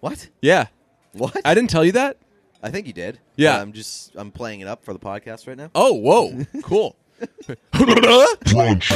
What? Yeah. What? I didn't tell you that? I think you did. Yeah. I'm just I'm playing it up for the podcast right now. Oh, whoa. cool. Crunch.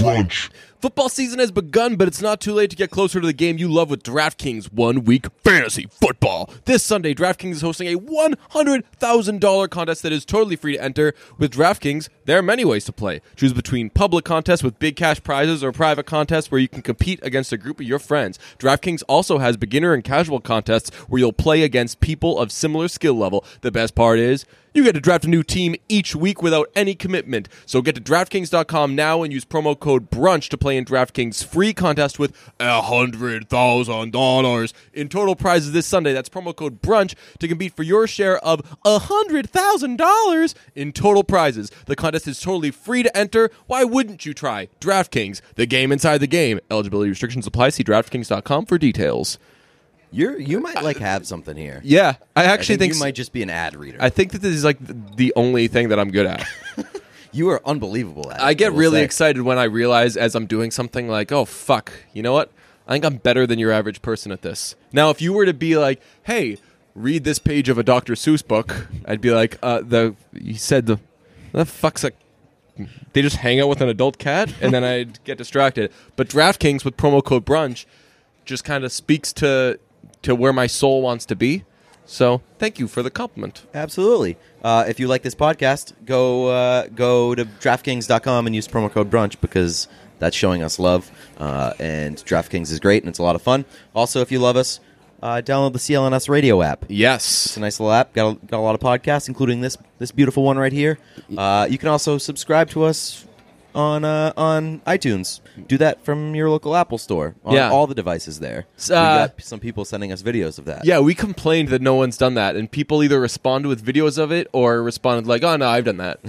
Crunch. Football season has begun, but it's not too late to get closer to the game you love with DraftKings One Week Fantasy Football. This Sunday, DraftKings is hosting a $100,000 contest that is totally free to enter. With DraftKings, there are many ways to play. Choose between public contests with big cash prizes or private contests where you can compete against a group of your friends. DraftKings also has beginner and casual contests where you'll play against people of similar skill level. The best part is, you get to draft a new team each week without any commitment. So get to DraftKings.com now and use promo code BRUNCH to play in DraftKings' free contest with $100,000 in total prizes this Sunday. That's promo code BRUNCH to compete for your share of $100,000 in total prizes. The contest is totally free to enter. Why wouldn't you try DraftKings, the game inside the game? Eligibility restrictions apply. See DraftKings.com for details. You're you might like have something here. Yeah, I I actually think, you might just be an ad reader. I think that this is like the only thing that I'm good at. you are unbelievable at it, I get will really say. excited when I realize as I'm doing something like, oh fuck, you know what? I think I'm better than your average person at this. Now, if you were to be like, hey, read this page of a Dr. Seuss book, I'd be like, uh, the he said the the fuck's a they just hang out with an adult cat, and then I'd get distracted. But DraftKings with promo code brunch just kind of speaks to to where my soul wants to be. So thank you for the compliment. Absolutely. Uh, if you like this podcast, go uh, go to DraftKings.com and use promo code brunch because that's showing us love. Uh, and DraftKings is great and it's a lot of fun. Also, if you love us, uh, download the CLNS radio app. Yes. It's a nice little app. Got a, got a lot of podcasts, including this this beautiful one right here. Uh, you can also subscribe to us on uh, on iTunes. Do that from your local Apple store on Yeah. all the devices there. S- we uh, got some people sending us videos of that. Yeah, we complained that no one's done that, and people either responded with videos of it or responded like, "Oh no, I've done that."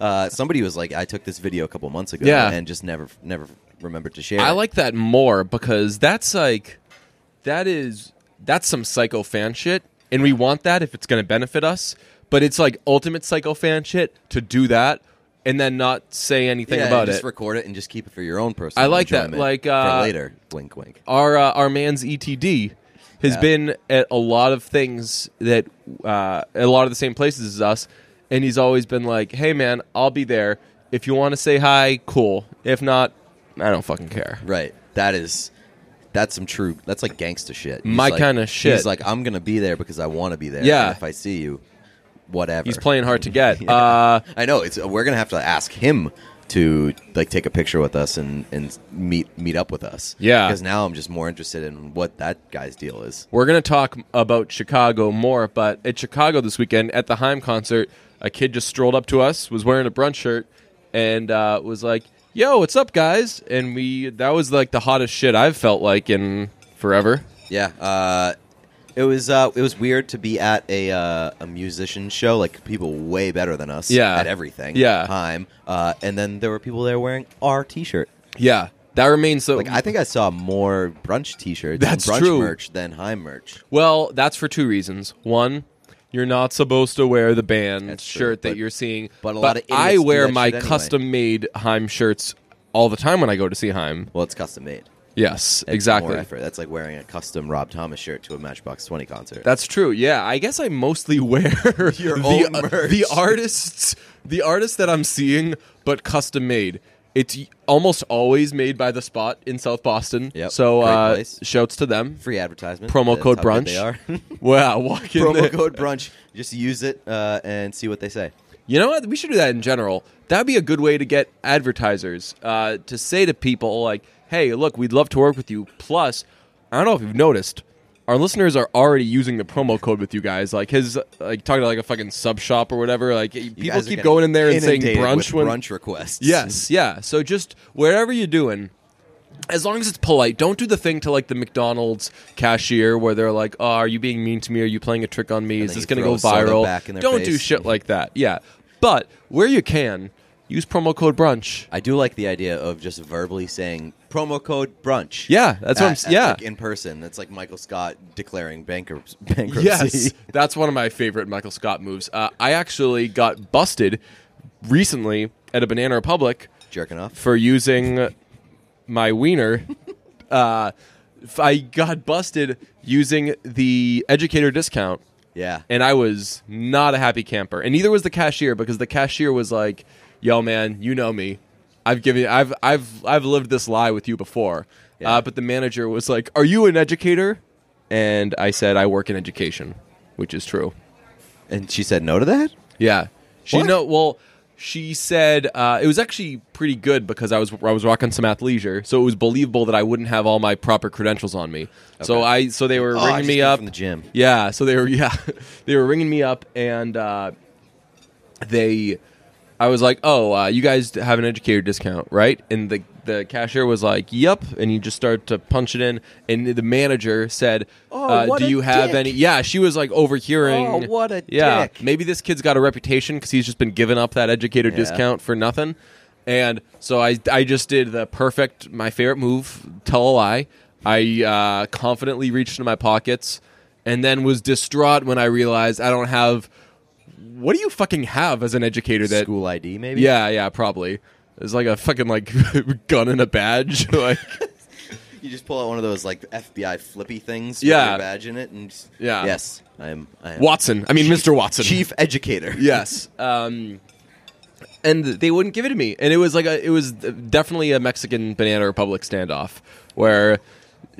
Uh, somebody was like, I took this video a couple months ago Yeah. and just never never remembered to share. I it. like that more because that's like, that is that's some psycho fan shit, and we want that if it's going to benefit us. But it's like ultimate psycho fan shit to do that and then not say anything Yeah, about just it. record it and just keep it for your own personal. I like that, enjoyment like, for uh, later. Wink, wink. our uh, our man's ETD has Yeah. been at a lot of things that uh, a lot of the same places as us, and he's always been like, "Hey, man, I'll be there. If you want to say hi, cool. If not, I don't fucking care." Right. That is. That's some true. That's like gangsta shit. He's My like- kinda shit. He's like, I'm gonna be there because I want to be there. Yeah. and if I see you, whatever. He's playing hard to get. uh, I know. It's we're gonna have to ask him to like take a picture with us and and meet meet up with us. Yeah. Because now I'm just more interested in what that guy's deal is. we're gonna talk about Chicago more, but at Chicago this weekend at the Heim concert, a kid just strolled up to us, was wearing a brunch shirt, and uh, was like, "Yo, what's up, guys?" And we that was like the hottest shit I've felt like in forever. Yeah, uh, it was uh, it was weird to be at a uh, a musician show like people way better than us. Yeah. at everything. Yeah. time. Uh, and then there were people there wearing our T-shirt. Yeah, that remains so. Like I think I saw more brunch T-shirts, That's and brunch true. merch than high merch. well, that's for two reasons. One, you're not supposed to wear the band That's true, shirt that but- you're seeing, but a lot of idiots I do wear that my shit anyway. custom-made Heim shirts all the time when I go to see Heim. Well, it's custom made. Yes, It's exactly. More effort. That's like wearing a custom Rob Thomas shirt to a Matchbox Twenty concert. That's true. Yeah, I guess I mostly wear Your the, own uh, merch. the artists, the artists that I'm seeing, but custom made. It's y- almost always made by the spot in South Boston. Yep, So great uh, place. shouts to them. Free advertisement. Promo That's code how good brunch. They are. wow, walk in there. Promo code brunch. Just use it uh, and see what they say. You know what? We should do that in general. That'd be a good way to get advertisers uh, to say to people, like, hey, look, we'd love to work with you. Plus, I don't know if you've noticed, our listeners are already using the promo code with you guys. Like, his, like, talking to like a fucking sub shop or whatever. Like, You people guys are keep getting going in there and saying inundated brunch with when. brunch requests. Yes, Mm-hmm. yeah. So just wherever you're doing, as long as it's polite, don't do the thing to like the McDonald's cashier where they're like, "Oh, are you being mean to me? Are you playing a trick on me? Is then this you going to throw go a soda viral?" back in their don't do face. shit like that. Yeah, but where you can, use promo code brunch. I do like the idea of just verbally saying promo code brunch. Yeah, that's what I'm s- At- at, yeah. like, in person. That's like Michael Scott declaring bankrupt- bankruptcy. Yes, that's one of my favorite Michael Scott moves. Uh, I actually got busted recently at a Banana Republic jerking off. for using my wiener, uh, f- I got busted using the educator discount, Yeah. and I was not a happy camper. And neither was the cashier because the cashier was like, "Yo, man, you know me. I've given, I've, I've, I've lived this lie with you before." Yeah. Uh, but the manager was like, "Are you an educator?" And I said, "I work in education," which is true. And she said no to that? Yeah. She What? no well she said uh, it was actually pretty good because I was I was rocking some athleisure, so it was believable that I wouldn't have all my proper credentials on me. So Okay. I so they were Oh, I ringing just me came up from the gym. Yeah, so they were yeah they were ringing me up and uh, they I was like, "Oh, uh, you guys have an educator discount, right?" And the the cashier was like, "Yep," and you just start to punch it in. And the manager said, Oh, uh, what "Do a you have dick. any?" Yeah, she was like overhearing. Oh, what a yeah, dick. maybe this kid's got a reputation because he's just been giving up that educator Yeah. discount for nothing. And so I, I just did the perfect, my favorite move, tell a lie. I uh, confidently reached into my pockets and then was distraught when I realized I don't have. What do you fucking have as an educator that. School ID, maybe? Yeah, yeah, probably. It's like a fucking like gun and a badge. like, You just pull out one of those like FBI flippy things with Yeah. your badge in it and just- Yeah. Yes. I am I am Watson. I mean, Mr. Watson. Chief educator. Yes. Um, and they wouldn't give it to me, and it was like a, it was definitely a Mexican Banana Republic standoff where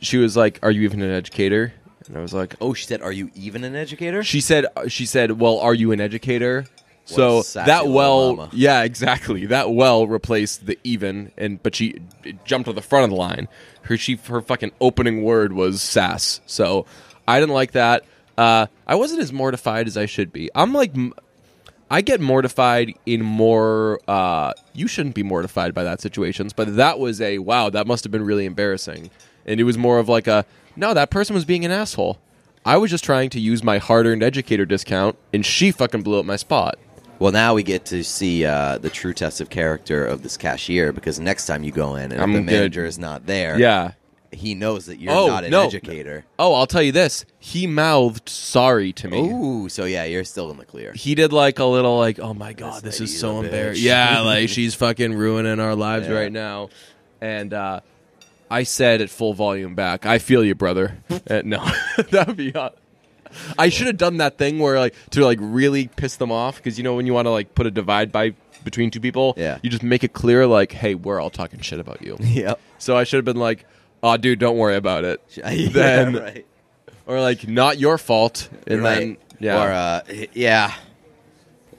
she was like, "Are you even an educator?" And I was like, Oh, she said, "Are you even an educator?" she said uh, she said well are you an educator so a sassy that little well mama. yeah exactly that well replaced the even and but she it jumped to the front of the line her she her fucking opening word was sass so i didn't like that uh, i wasn't as mortified as i should be i'm like m- i get mortified in more uh, you shouldn't be mortified by that situations but that was a wow that must have been really embarrassing and it was more of like a no that person was being an asshole I was just trying to use my hard-earned educator discount, and she fucking blew up my spot. Well, now we get to see uh, the true test of character of this cashier because next time you go in and I'm if the good. manager is not there, Yeah. he knows that you're Oh, not an no. educator. Oh, I'll tell you this: he mouthed sorry to me. Ooh, so yeah, you're still in the clear. He did like a little like, oh my god, this, lady's is a so bitch. embarrassing. Yeah, like she's fucking ruining our lives Yeah. right now. And uh, I said at full volume back, I feel you, brother. Uh, no, that would be. Uh, I should have done that thing where like to like really piss them off because you know when you want to like put a divide by between two people, Yeah. you just make it clear like, hey, we're all talking shit about you. Yep. So I should have been like, "Oh, dude, don't worry about it," Then- yeah, right. or like, "Not your fault," and right. then yeah, Or, uh, yeah.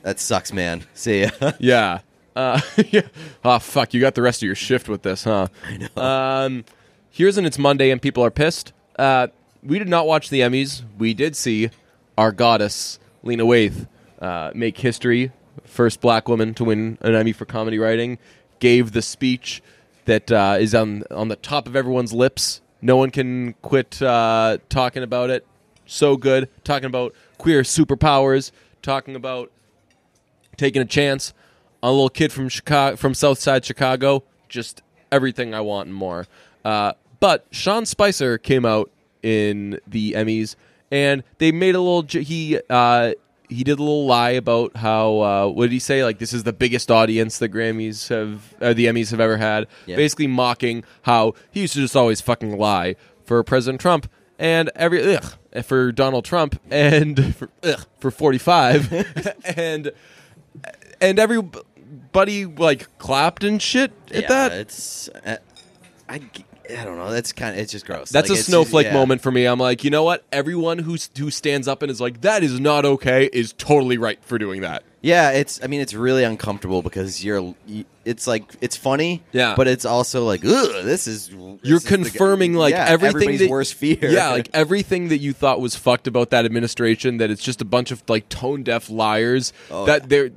That sucks, man. See ya. yeah, uh, yeah. Oh fuck, you got the rest of your shift with this, huh? I know. Um, here's and it's Monday and people are pissed. Uh, we did not watch the Emmys. We did see our goddess Lena Waithe uh, make history, first black woman to win an Emmy for comedy writing. Gave the speech that uh, is on on the top of everyone's lips. No one can quit uh, talking about it. So good, talking about queer superpowers, talking about taking a chance on a little kid from Chicago, from Southside Chicago. Just everything I want and more. Uh, but Sean Spicer came out in the Emmys, and they made a little. j- He uh, he did a little lie about how uh, what did he say? Like this is the biggest audience the Grammys have, uh, the Emmys have ever had. Yeah. Basically mocking how he used to just always fucking lie for President Trump. And every ugh, for Donald Trump and for, ugh, for forty five and and everybody like clapped and shit at yeah, that. It's uh, I, g- I don't know. That's kind of it's just gross. That's Like, a it's- snowflake yeah. moment for me. I'm like, you know what? Everyone who who stands up and is like, that is not okay, is totally right for doing that. Yeah, it's. I mean, it's really uncomfortable because you're. y- It's like it's funny. Yeah. but it's also like, ugh, this is. this You're is the g- confirming like yeah, everything everybody's that, worst fear. Yeah, like everything that you thought was fucked about that administration. That it's just a bunch of like tone deaf liars. Oh, that yeah. they're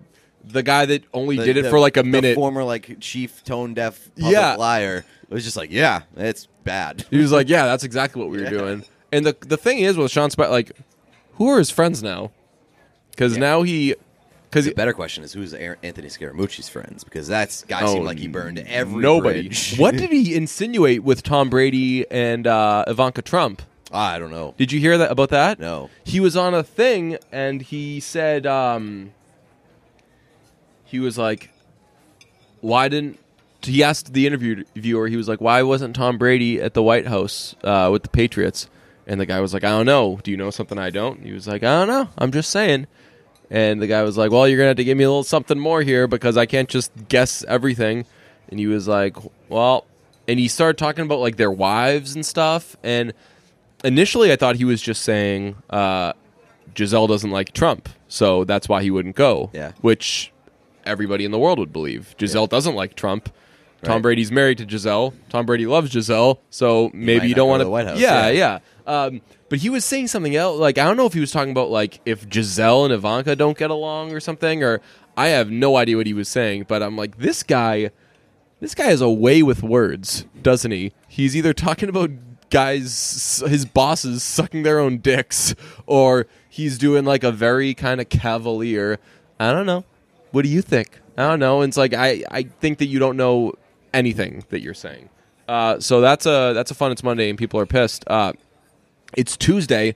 the guy that only The- did it the- for like a the minute. former like chief tone deaf public Yeah. liar was just like, yeah, it's bad. He was like, "Yeah, that's exactly what we were Yeah. doing." And the the thing is with Sean Spicer, like, who are his friends now? Because Yeah. now he, because The better question is who's Aaron- Anthony Scaramucci's friends because that guy seemed like he burned every Oh, nobody. bridge. what did he insinuate with Tom Brady and uh, Ivanka Trump? I don't know. Did you hear that about that? No. He was on a thing and he said, um, he was like, "Why didn't he asked the interviewer, he was like, "Why wasn't Tom Brady at the White House uh, with the Patriots?" And the guy was like, "I don't know. Do you know something I don't?" He was like, "I don't know. I'm just saying." And the guy was like, "Well, you're gonna have to give me a little something more here because I can't just guess everything." And he was like, "Well," and he started talking about like their wives and stuff. And initially, I thought he was just saying uh, Giselle doesn't like Trump, so that's why he wouldn't go. Yeah. which everybody in the world would believe. Giselle doesn't like Trump. Tom Right. Brady's married to Giselle. Tom Brady loves Giselle, so maybe you not don't go want to the White House, Yeah, yeah. yeah. Um, but he was saying something else. Like I don't know if he was talking about like if Giselle and Ivanka don't get along or something. Or I have no idea what he was saying. But I'm like, this guy, this guy has a way with words, doesn't he? He's either talking about guys, his bosses sucking their own dicks, or he's doing like a very kind of cavalier. I don't know. What do you think? I don't know. And it's like I, I think that you don't know anything that you're saying. Uh, so that's a that's a fun. It's Monday and people are pissed. Uh, it's Tuesday,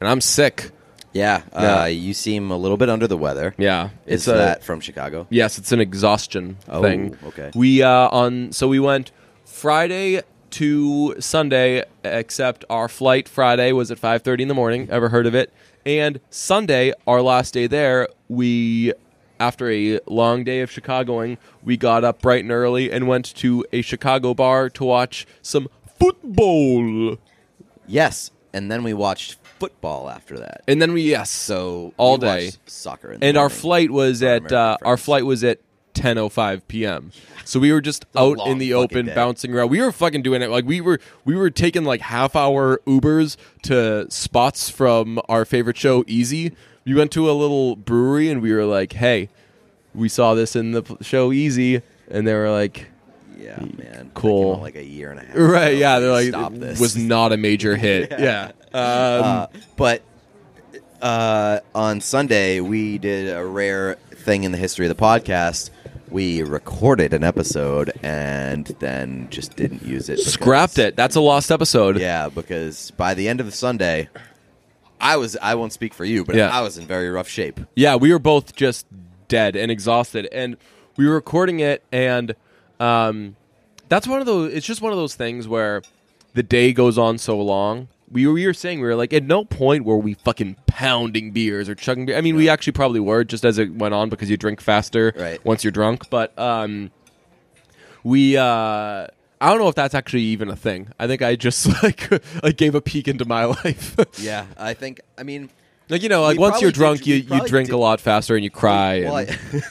and I'm sick. Yeah, Yeah. Uh, you seem a little bit under the weather. Yeah, It's that from Chicago. Yes, it's an exhaustion Oh, thing. okay. We uh on so we went Friday to Sunday, except our flight Friday was at five thirty in the morning. Ever heard of it? And Sunday, our last day there, we after a long day of Chicagoing, we got up bright and early and went to a Chicago bar to watch some football. Yes, and then we watched football after that. And then we yes, So all we watched day soccer, in the and our morning. flight was at American uh, our friends. flight was at 10:05 p.m. So we were just a out in long the fucking open, day. bouncing around. We were fucking doing it like we were we were taking like half hour Ubers to spots from our favorite show, Easy. We went to a little brewery and we were like, "Hey, we saw this in the p- show Easy," and they were like. Yeah, man. That came Cool. out like a year and a half. Right, ago. yeah, they're like, stop "It this. was not a major hit. yeah. Um, Uh, but uh, on Sunday we did a rare thing in the history of the podcast. We recorded an episode and then just didn't use it. because- scrapped it. That's a lost episode. Yeah, because by the end of the Sunday, I was I won't speak for you, but Yeah. I was in very rough shape. Yeah, we were both just dead and exhausted, and we were recording it, and um, that's one of those. It's just one of those things where the day goes on so long. We were, we were saying we were like at no point were we fucking pounding beers or chugging beer. I mean, we actually probably were just as it went on because you drink faster Right. once you're drunk. But um, we uh, I don't know if that's actually even a thing. I think I just like I gave a peek into my life. Yeah, I think I mean like you know, like We once you're probably did- we drunk, you you probably drink did- a lot faster and you cry. well, and- I,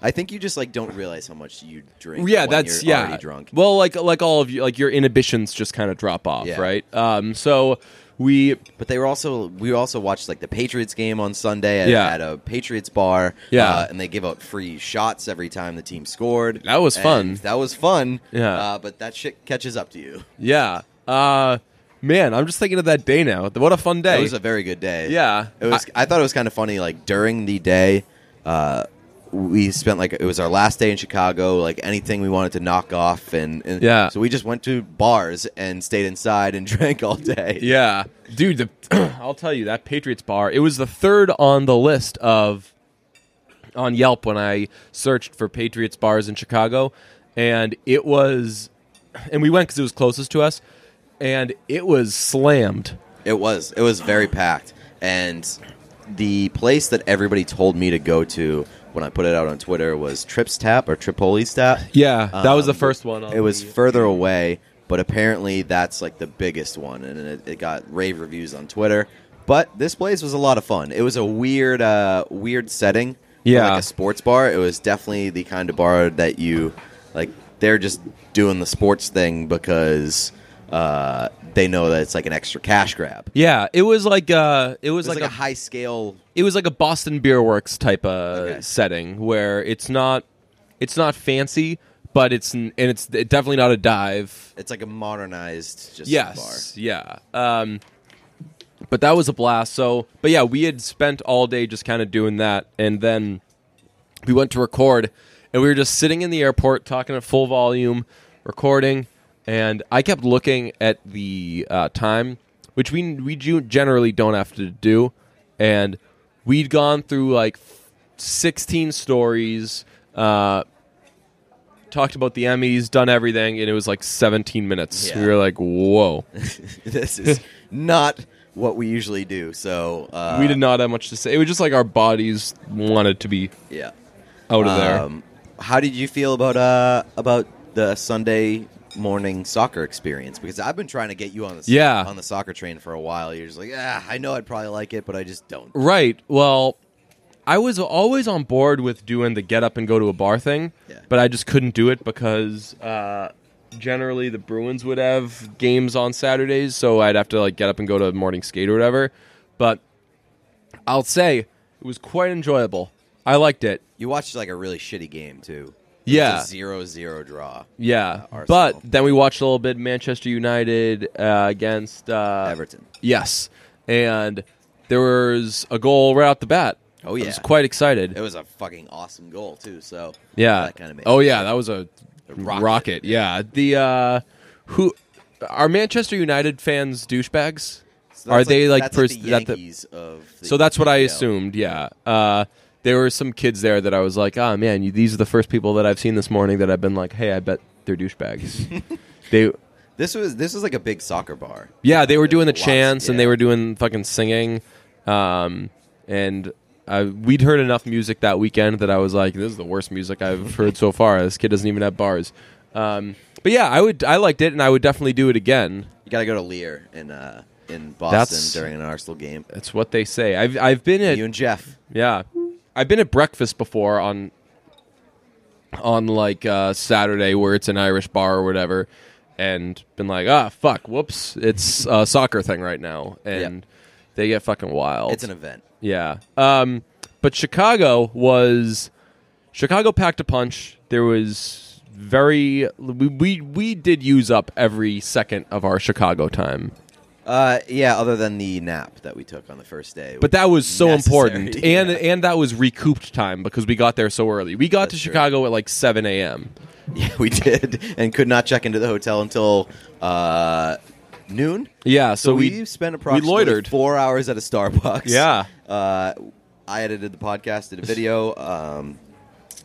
I think you just like don't realize how much you drink. yeah when that's you're yeah already drunk. well like like all of you like your inhibitions just kind of drop off Yeah. right um so we But they were also we also watched like the Patriots game on Sunday at, Yeah. at a Patriots bar. Yeah. uh, and they give out free shots every time the team scored. That was And fun. That was fun. Yeah. uh, but that shit catches up to you. yeah uh man i'm just thinking of that day now what a fun day It was a very good day. Yeah. it was. I, thought it was kind of funny. Like during the day, uh, we spent like it was our last day in Chicago. Like anything we wanted to knock off, and, and Yeah. so we just went to bars and stayed inside and drank all day. yeah dude the, i'll tell you that patriots bar it was the third on the list of on Yelp when I searched for Patriots bars in Chicago, and it was, and we went because it was closest to us, and it was slammed. It was. It was very packed. And the place that everybody told me to go to when I put it out on Twitter was Trips Tap or Tripoli's Tap. Yeah, that Um, was the first one. On It was the- further away, but apparently that's like the biggest one, and it, it got rave reviews on Twitter. But this place was a lot of fun. It was a weird, uh, weird setting. for, Yeah. like a sports bar. It was definitely the kind of bar that you like. They're just doing the sports thing because uh, they know that it's like an extra cash grab. Yeah, it was like uh it was, It was like, a, high scale. it was like a Boston Beer Works type of Okay. setting where it's not it's not fancy, but it's n- and it's definitely not a dive. It's like a modernized just Yes, yeah. Um, but that was a blast. So, but yeah, we had spent all day just kind of doing that, and then we went to record, and we were just sitting in the airport talking at full volume, recording, and I kept looking at the uh, time, which we we ju- generally don't have to do, and we'd gone through like sixteen stories. Uh, talked about the Emmys, done everything, and it was like 17 minutes. Yeah. We were like, whoa. this is not what we usually do. So uh, we did not have much to say. It was just like our bodies wanted to be Yeah. out of there. Um, how did you feel about uh about the Sunday morning soccer experience? Because I've been trying to get you on the Yeah. on the soccer train for a while. You're just like, ah, I know I'd probably like it, but I just don't. Right. Well, I was always on board with doing the get up and go to a bar thing, Yeah. but I just couldn't do it because uh, generally the Bruins would have games on Saturdays, so I'd have to like get up and go to morning skate or whatever. But I'll say it was quite enjoyable. I liked it. You watched like a really shitty game too. Yeah. It's a zero zero draw. Yeah, Arsenal. but then we watched a little bit Manchester United uh, against uh, Everton. Yes, and there was a goal right off the bat. Oh, I yeah. was quite excited. It was a fucking awesome goal too. So yeah, that kind of made oh yeah, that was a rocket. rocket. Yeah, the uh, who are Manchester United fans douchebags? So are that's they like, that's pers- the that the- Yankees of? The so that's what I NPL. assumed. Yeah. Uh, there were some kids there that I was like, ah, man, you, these are the first people that I've seen this morning that I've been like, hey, I bet they're douchebags. they, This was this was like a big soccer bar. yeah, they were There's doing the lots- chants and yeah. they were doing fucking singing, um, and uh, we'd heard enough music that weekend that I was like, this is the worst music I've heard so far. This kid doesn't even have bars. Um, but yeah, I would, I liked it, and I would definitely do it again. You got to go to Lear in uh, in Boston That's- during an Arsenal game. That's what they say. I've, I've been at You and Jeff. Yeah, I've been at breakfast before on on like uh, Saturday where it's an Irish bar or whatever, and been like, ah, fuck, whoops, it's a soccer thing right now, and they get fucking wild. It's an event. yeah, um, but Chicago was Chicago packed a punch. There was very we, we we did use up every second of our Chicago time. Uh, yeah, other than the nap that we took on the first day. But that was so Necessary, important, yeah. and and that was recouped time because we got there so early. We got That's to true. Chicago at like seven a.m. yeah, we did, and could not check into the hotel until uh, noon. Yeah, so, So we, we, spent approximately loitered. four hours at a Starbucks. Yeah. Uh, I edited the podcast, did a video. Um,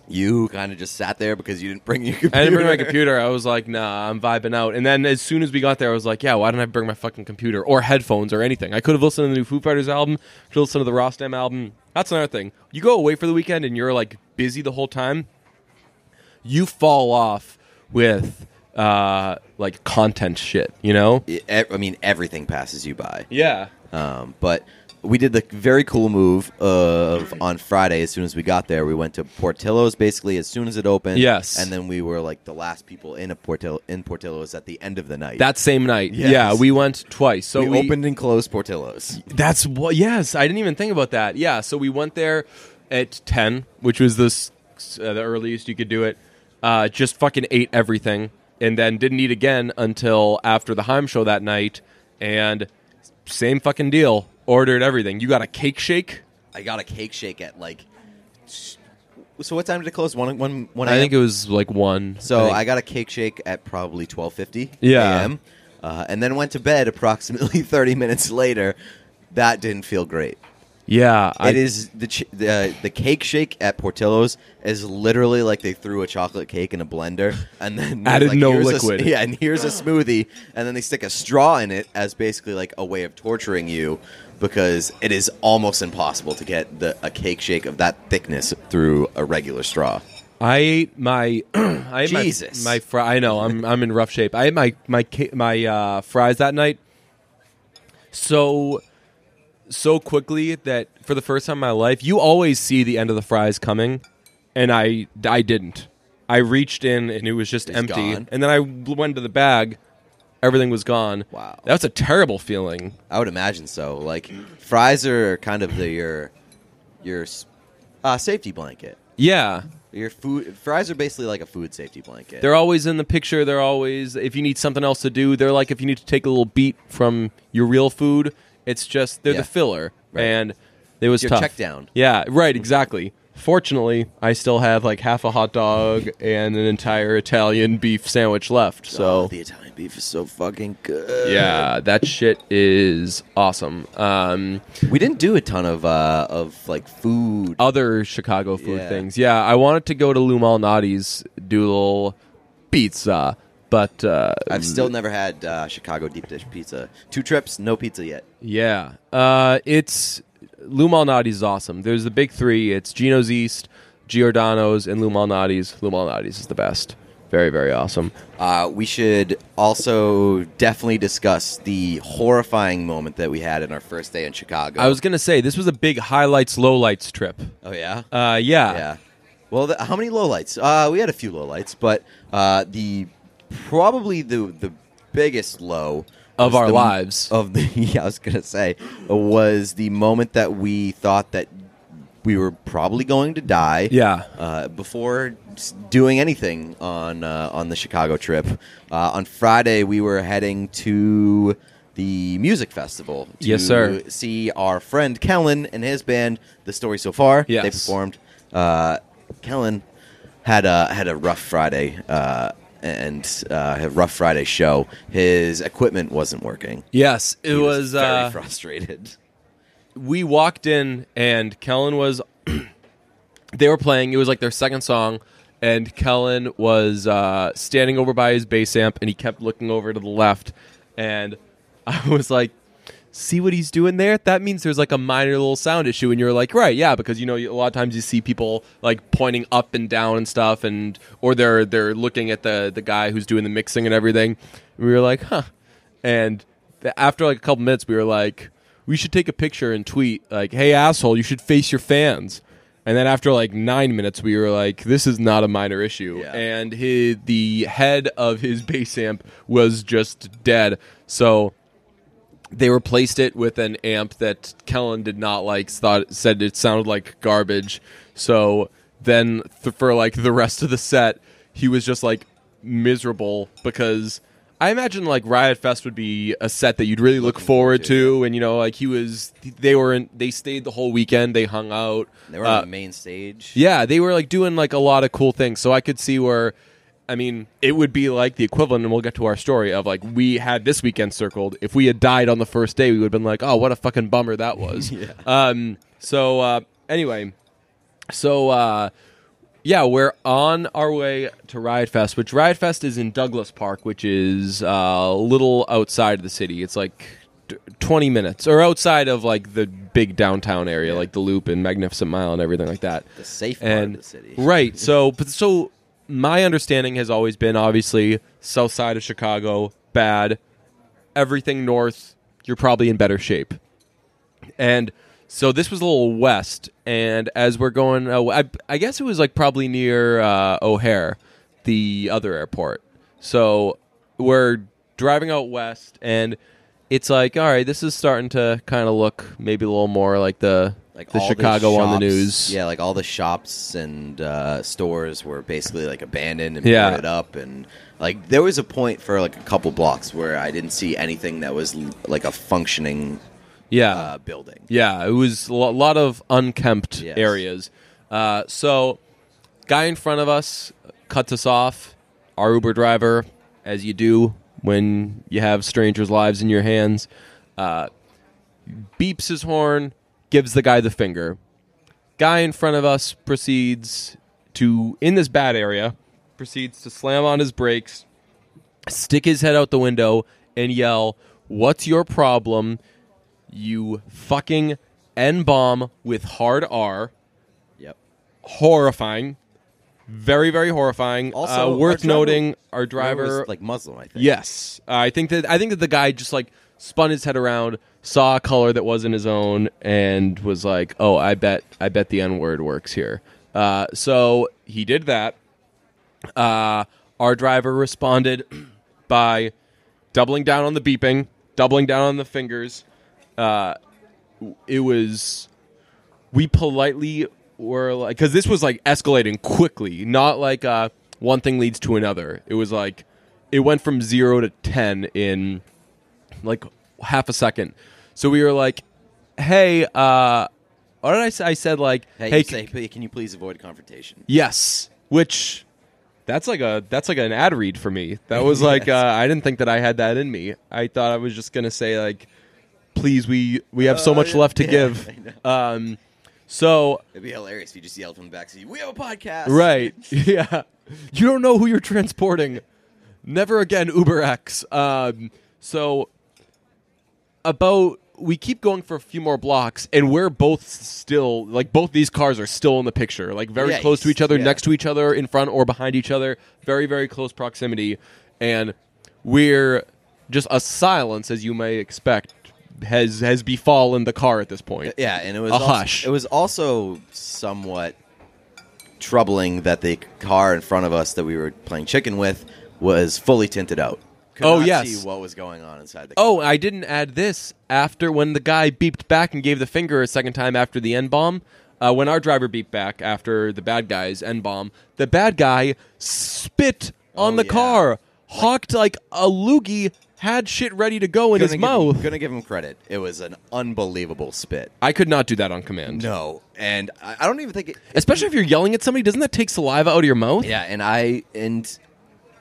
you kind of just sat there because you didn't bring your computer. I didn't bring my computer. I was like, nah, I'm vibing out. And then as soon as we got there, I was like, yeah, why didn't I bring my fucking computer or headphones or anything? I could have listened to the new Foo Fighters album, could have listened to the Rostam album. That's another thing. You go away for the weekend and you're like busy the whole time. You fall off with uh like content shit, you know? It- e- I mean, everything passes you by. Yeah. Um, but we did the very cool move of on Friday. As soon as we got there, we went to Portillo's basically as soon as it opened. Yes. and then we were like the last people in a Portillo in Portillo's at the end of the night. That same night. Yes. Yeah, we went twice. So we, we, opened and closed Portillo's. That's what. Yes, I didn't even think about that. Yeah, so we went there at ten, which was the s- uh, the earliest you could do it. Uh, just fucking ate everything, and then didn't eat again until after the Heim show that night. And same fucking deal. Ordered everything. You got a cake shake. I got a cake shake at like. So what time did it close? One one one. I AM? think it was like one. So think. I, got a cake shake at probably twelve fifty. Yeah. AM, uh, and then went to bed approximately thirty minutes later. That didn't feel great. yeah. I, It is the ch- the the cake shake at Portillo's is literally like they threw a chocolate cake in a blender and then Added like, no here's a s- liquid. yeah, and here's a smoothie, and then they stick a straw in it as basically like a way of torturing you because it is almost impossible to get the a cake shake of that thickness through a regular straw. I ate my I ate my- Jesus. my, fri- I know I'm I'm in rough shape. I ate my my ca- my uh, fries that night so so quickly that for the first time in my life, you always see the end of the fries coming, and I I didn't. I reached in and it was just It's empty, gone. and then I went to the bag. Everything was gone. Wow. that's a terrible feeling. I would imagine so. Like fries are kind of the, your your s- uh, safety blanket. Yeah, Your food fries are basically like a food safety blanket. They're always in the picture. They're always if you need something else to do. They're like if you need to take a little beat from your real food. It's just they're Yeah. the filler, Right. and it was Your tough. check down. Yeah, right. Exactly. Fortunately, I still have like half a hot dog and an entire Italian beef sandwich left. So Oh, the Italian beef is so fucking good. yeah, that shit is awesome. Um, We didn't do a ton of uh of like food. other Chicago food Yeah. things. Yeah, I wanted to go to Lou Malnati's Doodle Pizza, but uh, I've still never had uh, Chicago deep dish pizza. Two trips, no pizza yet. Yeah, uh, it's Lou Malnati's awesome. There's the big three. It's Gino's East, Giordano's, and Lou Malnati's. Lou Malnati's is the best. Very very awesome. Uh, we should also definitely discuss the horrifying moment that we had in our first day in Chicago. I was gonna say this was a big highlights lowlights trip. oh yeah, Uh, yeah. yeah. Well, the, how many lowlights? Uh, we had a few lowlights, but uh, the probably the the biggest low Of was our the- lives. of the yeah, I was gonna say was the moment that we thought that we were probably going to die. Yeah. uh, before s- doing anything on uh, on the Chicago trip. Uh, on Friday, we were heading to the music festival. To Yes, sir. See our friend Kellen and his band. The story so far. they Yes. performed. Uh, Kellen had a had a rough Friday. Uh, and uh, a rough Friday show. His equipment wasn't working. Yes, it He was. very uh, frustrated. we walked in and Kellen was they were playing it was like their second song and Kellen was uh, standing over by his bass amp and he kept looking over to the left and I was like see what he's doing there that means there's like a minor little sound issue and you're like right yeah because you know a lot of times you see people like pointing up and down and stuff and or they're they're looking at the the guy who's doing the mixing and everything and we were like huh and th- after like a couple minutes we were like we should take a picture and tweet like hey asshole you should face your fans and then after like nine minutes, we were like, "This is not a minor issue." Yeah. And his, the head of his bass amp was just dead. So they replaced it with an amp that Kellen did not like. Thought said it sounded like garbage. So then th- for like the rest of the set, he was just like miserable because I imagine like Riot Fest would be a set that you'd really look forward to, and you know like he was they were in, they stayed the whole weekend, they hung out. They were Uh, on the main stage. yeah, they were like doing like a lot of cool things. So I could see where, I mean, it would be like the equivalent, and we'll get to our story of like we had this weekend circled. If we had died on the first day, we would have been like, oh, what a fucking bummer that was. Um. So uh, anyway, so uh, yeah, we're on our way to Riot Fest, which Riot Fest is in Douglas Park, which is uh, a little outside of the city. It's like t- 20 minutes or outside of like the big downtown area, like the Loop and Magnificent Mile and everything like that. The safe part and of the city. right. So, but so my understanding has always been obviously south side of Chicago bad, everything north you're probably in better shape. And so this was a little west, and as we're going, uh, I, I guess it was like probably near uh, O'Hare, the other airport. So we're driving out west, and it's like, all right, this is starting to kind of look maybe a little more like the like the all Chicago on the shops- news. Yeah, like all the shops and uh, stores were basically like abandoned and Yeah. boarded up, and like there was a point for like a couple blocks where I didn't see anything that was l- like a functioning yeah. uh, building. Yeah, it was a lo- lot of unkempt Yes. areas. Uh, so, guy in front of us cuts us off. Our Uber driver, as you do when you have strangers' lives in your hands, uh, beeps his horn, gives the guy the finger. Guy in front of us proceeds to, in this bad area, proceeds to slam on his brakes, stick his head out the window, and yell, What's your problem? you fucking N bomb with hard R. Yep. Horrifying. Very, very horrifying. Also, uh, worth our driver- noting, our Driver driver. was, like Muslim, I think. yes, Uh, I think that I think that the guy just like spun his head around, saw a color that wasn't his own, and was like, "Oh, I bet, I bet the N word works here." Uh, so he did that. Uh, our driver responded by doubling down on the beeping, doubling down on the fingers. Uh, it was we politely were like because this was like escalating quickly, not like uh, one thing leads to another. It was like it went from zero to ten in like half a second. So we were like, "Hey, uh, Or did I say? I said like, Hey, hey, you c- say, "P- can you please avoid confrontation? yes, which that's like a that's like an ad read for me. That was like Yes. uh, I didn't think that I had that in me. I thought I was just gonna say like, please, we we have so Oh, much yeah. left to Yeah, give. Um, so It'd be hilarious if you just yelled from the backseat, "We have a podcast!" Right. Yeah. You don't know who you're transporting. Never again, Uber X. Um, so, about we keep going for a few more blocks, and we're both still like both these cars are still in the picture, like very Yeah, close to each other, yeah. next to each other, in front or behind each other, very very close proximity, and we're just a silence, as you may expect, has has befallen the car at this point. Yeah, and it was A also, hush. It was also somewhat troubling that the car in front of us that we were playing chicken with was fully tinted out. Could Oh, not yes. see what was going on inside the car. Oh, I didn't add this. After when the guy beeped back and gave the finger a second time after the end bomb, uh, when our driver beeped back after the bad guy's end bomb, the bad guy spit on Oh, the yeah. car, hawked like a loogie, had shit ready to go in his give mouth. Him, gonna give him credit. It was an unbelievable spit. I could not do that on command. No, and I, I don't even think it. Especially if you're yelling at somebody, doesn't that take saliva out of your mouth? Yeah, and I and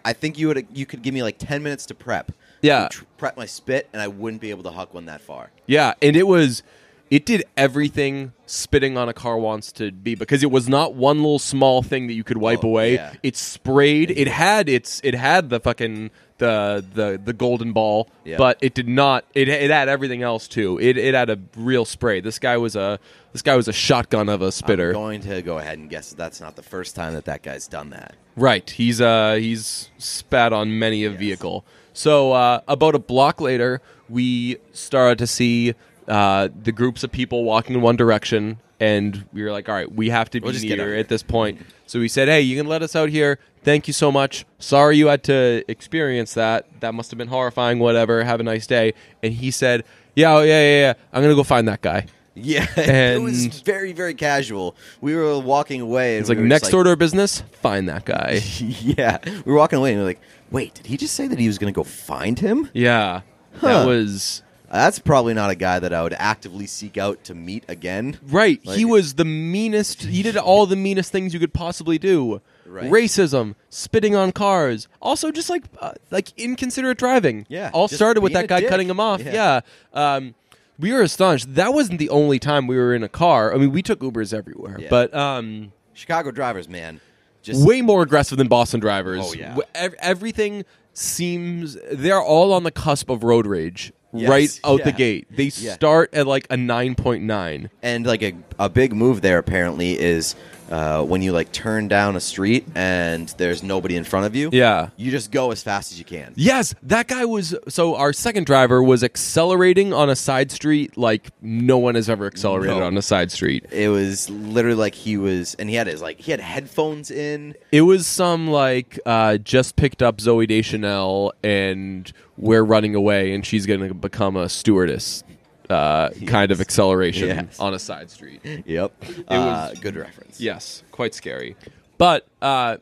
I think you would you could give me like ten minutes to prep. Yeah. Tr- prep my spit, and I wouldn't be able to huck one that far. Yeah, and it was it did everything spitting on a car wants to be because it was not one little small thing that you could wipe Oh, away. yeah. It sprayed. It had its it had the fucking the the the golden ball, Yeah. but it did not it it had everything else too. It it had a real spray. This guy was a this guy was a shotgun of a I'm spitter. going to go ahead and guess that that's not the first time that that guy's done that. Right. He's uh he's spat on many a vehicle. So uh, about a block later, we started to see uh, the groups of people walking in one direction, and we were like, "All right, we have to be We'll just get out near of at this point." So we said, "Hey, you can let us out here. Thank you so much. Sorry you had to experience that. That must have been horrifying. Whatever. Have a nice day." And he said, "Yeah, oh, yeah, yeah, yeah. I'm gonna go find that guy." Yeah, it was And- very very casual. We were walking away. And It's like we were next just order of business, find that guy. yeah, we were walking away, and we are like, "Wait, did he just say that he was going to go find him?" yeah, Huh. that was That's probably not a guy that I would actively seek out to meet again. Right. Like- he was the meanest. He did all the meanest things you could possibly do. Right. Racism, spitting on cars, also just like uh, like inconsiderate driving. Yeah, All just started with being a that guy dick. cutting him off. Yeah. Yeah. Um, we were astonished. That wasn't the only time we were in a car. I mean, we took Ubers everywhere, Yeah. but um, Chicago drivers, man, just way more aggressive than Boston drivers. Oh, yeah. W- ev- everything seems they're all on the cusp of road rage Yes. right out the Yeah. gate. They Yeah. start at like a nine point nine. and like a, a big move there apparently is uh, when you like turn down a street and there's nobody in front of you. Yeah. you just go as fast as you can. Yes, that guy was. So our second driver was accelerating on a side street like no one has ever accelerated No. on a side street. It was literally like he was, and he had his like he had headphones in. It was some like uh, just picked up Zoe Deschanel and we're running away and she's going to become a stewardess uh, kind of acceleration Yes. on a side street. Yep, uh, good reference. Yes, quite scary. But uh,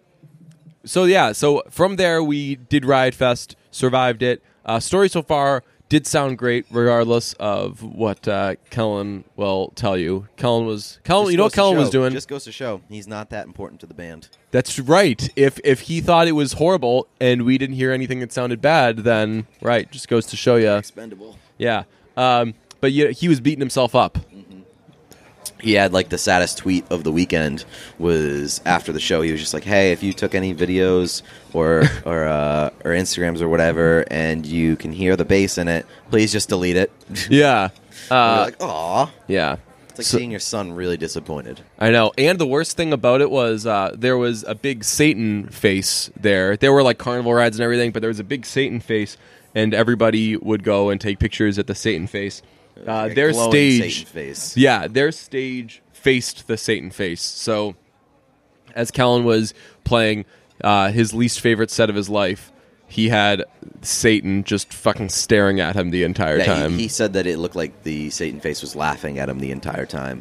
so yeah, so from there we did Riot Fest, survived it. Uh, story so far did sound great, regardless of what uh, Kellen will tell you. Kellen was Kellen. Just Oh, you know goes what to Kellen was show- doing? Just goes to show he's not that important to the band. That's right. If if he thought it was horrible and we didn't hear anything that sounded bad, then right, just goes to show you. Expendable. Yeah. Um, but yeah, he was beating himself up. He had like the saddest tweet of the weekend was after the show. He was just like, "Hey, if you took any videos or or uh, or Instagrams or whatever, and you can hear the bass in it, please just delete it." Yeah. We're Uh, like, aw, yeah. it's like So- Uh, seeing your son really disappointed. I know. And the worst thing about it was uh, there was a big Satan face there. There were like carnival rides and everything, but there was a big Satan face, and everybody would go and take pictures at the Satan face. Uh, Like a their glowing stage, Satan face. yeah, their stage faced the Satan face. So, as Callan was playing uh, his least favorite set of his life, he had Satan just fucking staring at him the entire Yeah, he- time, He, said that it looked like the Satan face was laughing at him the entire time,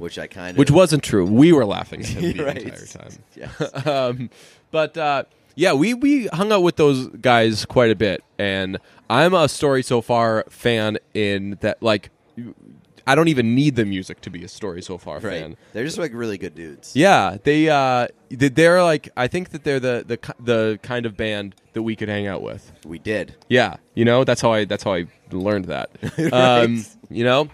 which I kind of Hmm. which wasn't true. We were laughing at him the Right. entire time. Yes. um, but uh, yeah, we we hung out with those guys quite a bit, and I'm a story so far fan in that like. I don't even need the music to be a story so far Right. fan. They're just like really good dudes. Yeah, they uh, they- they're like I think that they're the the ki- the kind of band that we could hang out with. We did. Yeah, you know that's how I that's how I learned that. um, you know,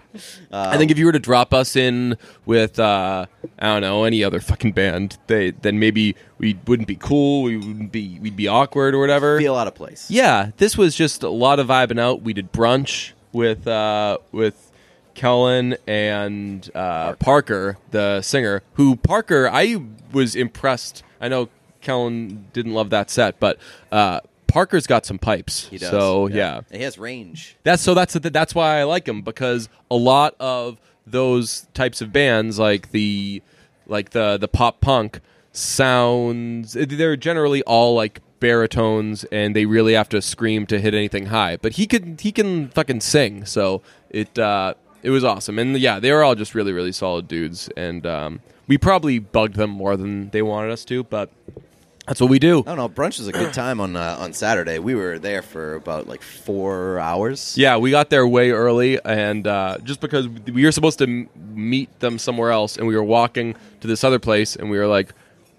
I think if you were to drop us in with uh, I don't know any other fucking band, they then maybe we wouldn't be cool. We wouldn't be we'd be awkward or whatever. Feel out of place. yeah, this was just a lot of vibing out. We did brunch with uh, with Kellen and uh, Parker, the singer. Who Parker? I was impressed. I know Kellen didn't love that set, but uh, Parker's got some pipes. He does. So yeah. And He has range. That's so that's the, that's why I like him because a lot of those types of bands like the like the the pop punk sounds eh, they're generally all like baritones and they really have to scream to hit anything high. But he could he can fucking sing. So it uh it was awesome. And yeah, they were all just really really solid dudes and um we probably bugged them more than they wanted us to, but that's what we do. I don't know. Brunch was a good time on uh, on Saturday. We were there for about like four hours. Yeah, we got there way early, and uh, just because we were supposed to m- meet them somewhere else, and we were walking to this other place, and we were like,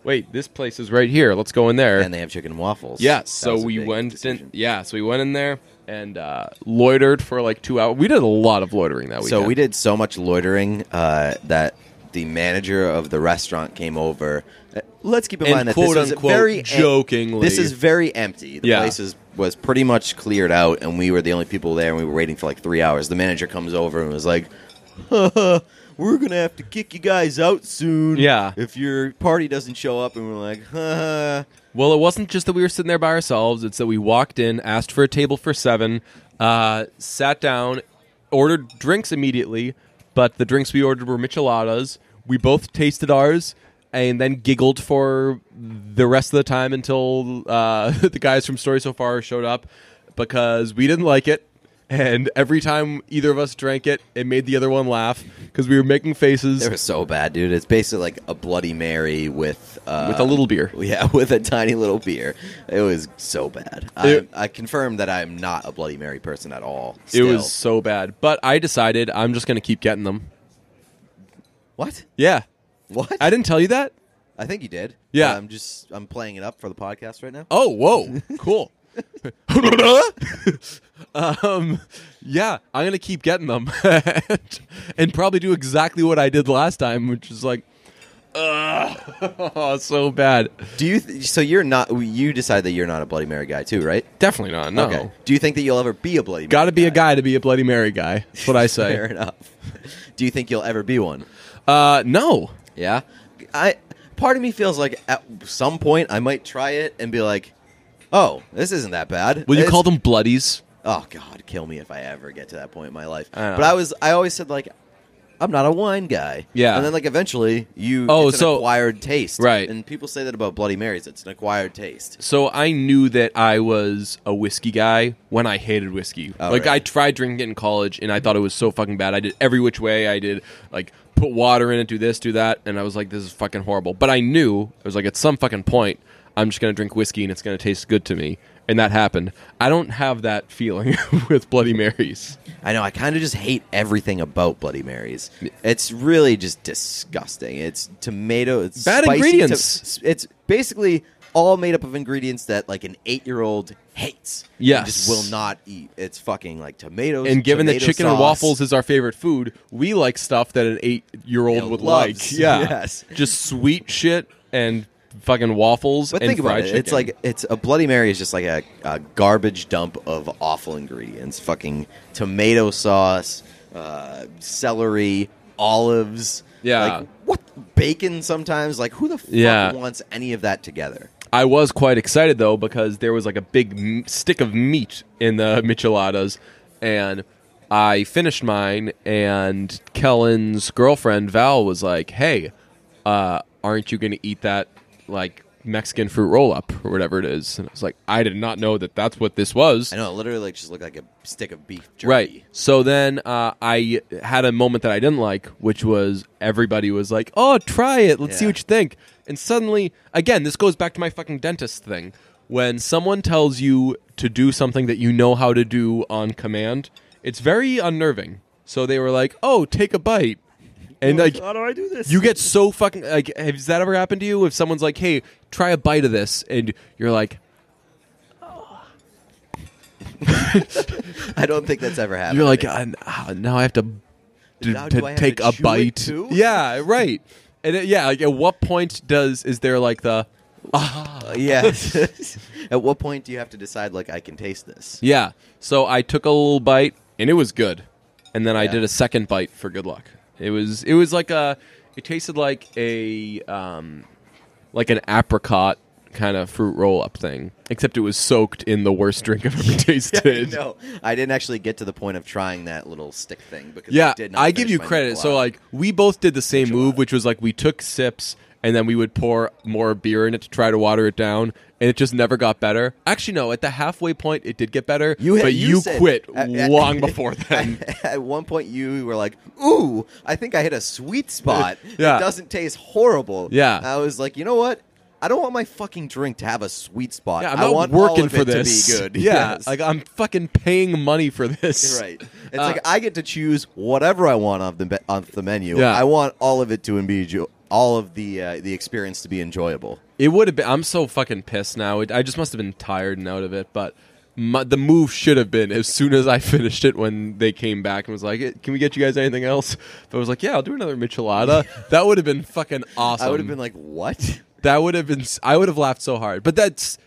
"Wait, this place is right here. Let's go in there." And they have chicken and waffles. yeah, That so was a we big went in. decision. Yeah, so we went in there and uh, loitered for like two hours. We did a lot of loitering that weekend. So we did so much loitering uh, that the manager of the restaurant came over. Uh, Let's keep in And mind that quote, this is unquote, very em- jokingly. this is very empty. The Yeah. place is, was pretty much cleared out, and we were the only people there, and we were waiting for like three hours. The manager comes over and was like, "We're gonna have to kick you guys out soon, Yeah. if your party doesn't show up." And we're like, "Huh." Well, it wasn't just that we were sitting there by ourselves. It's that we walked in, asked for a table for seven, uh, sat down, ordered drinks immediately, but the drinks we ordered were micheladas. We both tasted ours and then giggled for the rest of the time until uh, the guys from Story So Far showed up because we didn't like it. And every time either of us drank it, it made the other one laugh because we were making faces They were so bad, dude. It's basically like a Bloody Mary with uh, with a little beer. yeah, with a tiny little beer. It was so bad. It- I, I confirmed that I'm not a Bloody Mary person at all. It Still. was so bad. But I decided I'm just going to keep getting them. what? Yeah. What? I didn't tell you that? I think you did. Yeah. I'm just I'm playing it up for the podcast right now. Oh, whoa. Cool. um, yeah, I'm going to keep getting them and probably do exactly what I did last time, which is like, ugh, so bad. Do you? Th- so you're not. You decide that you're not a Bloody Mary guy too, right? Definitely not. No. Do you think that you'll ever be a Bloody? Got to Mary be a guy to be a Bloody Mary guy. That's what I Fair say. enough. Do you think you'll ever be one? Uh, no. Yeah. I part of me feels like at some point I might try it and be like, "Oh, this isn't that bad." Will you It's- call them bloodies? Oh god, kill me if I ever get to that point in my life. I know. but I was I always said like I'm not a wine guy. Yeah. And then like eventually you Oh, it's an so- acquired taste. Right. And people say that about Bloody Marys, it's an acquired taste. So I knew that I was a whiskey guy when I hated whiskey. Oh, like really? I tried drinking it in college and I thought it was so fucking bad. I did every which way. I did like put water in it, do this, do that, and I was like, this is fucking horrible. But I knew I was like, at some fucking point, I'm just gonna drink whiskey and it's gonna taste good to me. And that happened. I don't have that feeling with Bloody Marys. I know, I kind of just hate everything about Bloody Marys. It's really just disgusting. It's tomato it's Bad spicy ingredients. to- it's basically all made up of ingredients that like an 8-year-old hates. and Yes. Just will not eat. It's fucking like tomatoes And given that tomato chicken and sauce. waffles is our favorite food, we like stuff that an eight-year-old Yeah, would loves. like. Yeah, Yes. just sweet shit and fucking waffles. But and think about fried it. It's chicken. like it's a Bloody Mary is just like a, a garbage dump of awful ingredients: fucking tomato sauce, uh, celery, olives. Yeah. like, what bacon? Sometimes, like who the fuck Yeah. wants any of that together? I was quite excited though because there was like a big m- stick of meat in the micheladas, and I finished mine. And Kellen's girlfriend Val was like, "Hey, uh, aren't you going to eat that like Mexican fruit roll up or whatever it is?" And I was like, "I did not know that that's what this was." I know it literally like, just looked like a stick of beef jerky. Right. So then uh, I had a moment that I didn't like, which was everybody was like, "Oh, try it. Let's see Yeah. what you think." And suddenly, again, this goes back to my fucking dentist thing. When someone tells you to do something that you know how to do on command, it's very unnerving. So they were like, "Oh, take a bite," and like How do I do this? you get so fucking like. Has that ever happened to you? If someone's like, "Hey, try a bite of this," and you're like, I don't think that's ever happened. "You're like, uh, now I have to, to, Now to do I have take to a chew it bite." too? Yeah, right. And it, yeah, like at what point does is there like the Uh, yeah. At what point do you have to decide like I can taste this? yeah? So I took a little bite and it was good, and then I Yeah. did a second bite for good luck. It was it was like a it tasted like a um like an apricot kind of fruit roll up thing, except it was soaked in the worst drink I've ever tasted. no, I didn't actually get to the point of trying that little stick thing because Yeah, I did not. I give finish you my credit. So Michelada. like we both did the same move, which was like we took sips and then we would pour more beer in it to try to water it down, and it just never got better. Actually, no, at the halfway point it did get better, had- but you, said- quit at- at- long before then. At one point, you were like, "Ooh, I think I hit a sweet spot. Yeah. It doesn't taste horrible." Yeah. I was like, you know what? I don't want my fucking drink to have a sweet spot. Yeah, I I'm not want working all of for it this. to be good. Yeah, Yes. like I'm fucking paying money for this. right. It's Uh, like I get to choose whatever I want off the be- off the menu. Yeah. I want all of it to be enjo- all of the uh, the experience to be enjoyable. It would have been. I'm so fucking pissed now. It, I just must have been tired and out of it. But my, the move should have been as soon as I finished it when they came back and was like, "Eh, "Can we get you guys anything else?" If I was like, "Yeah, I'll do another michelada." that would have been fucking awesome. I would have been like, "What?" that would have been. s- I would have laughed so hard. But that's.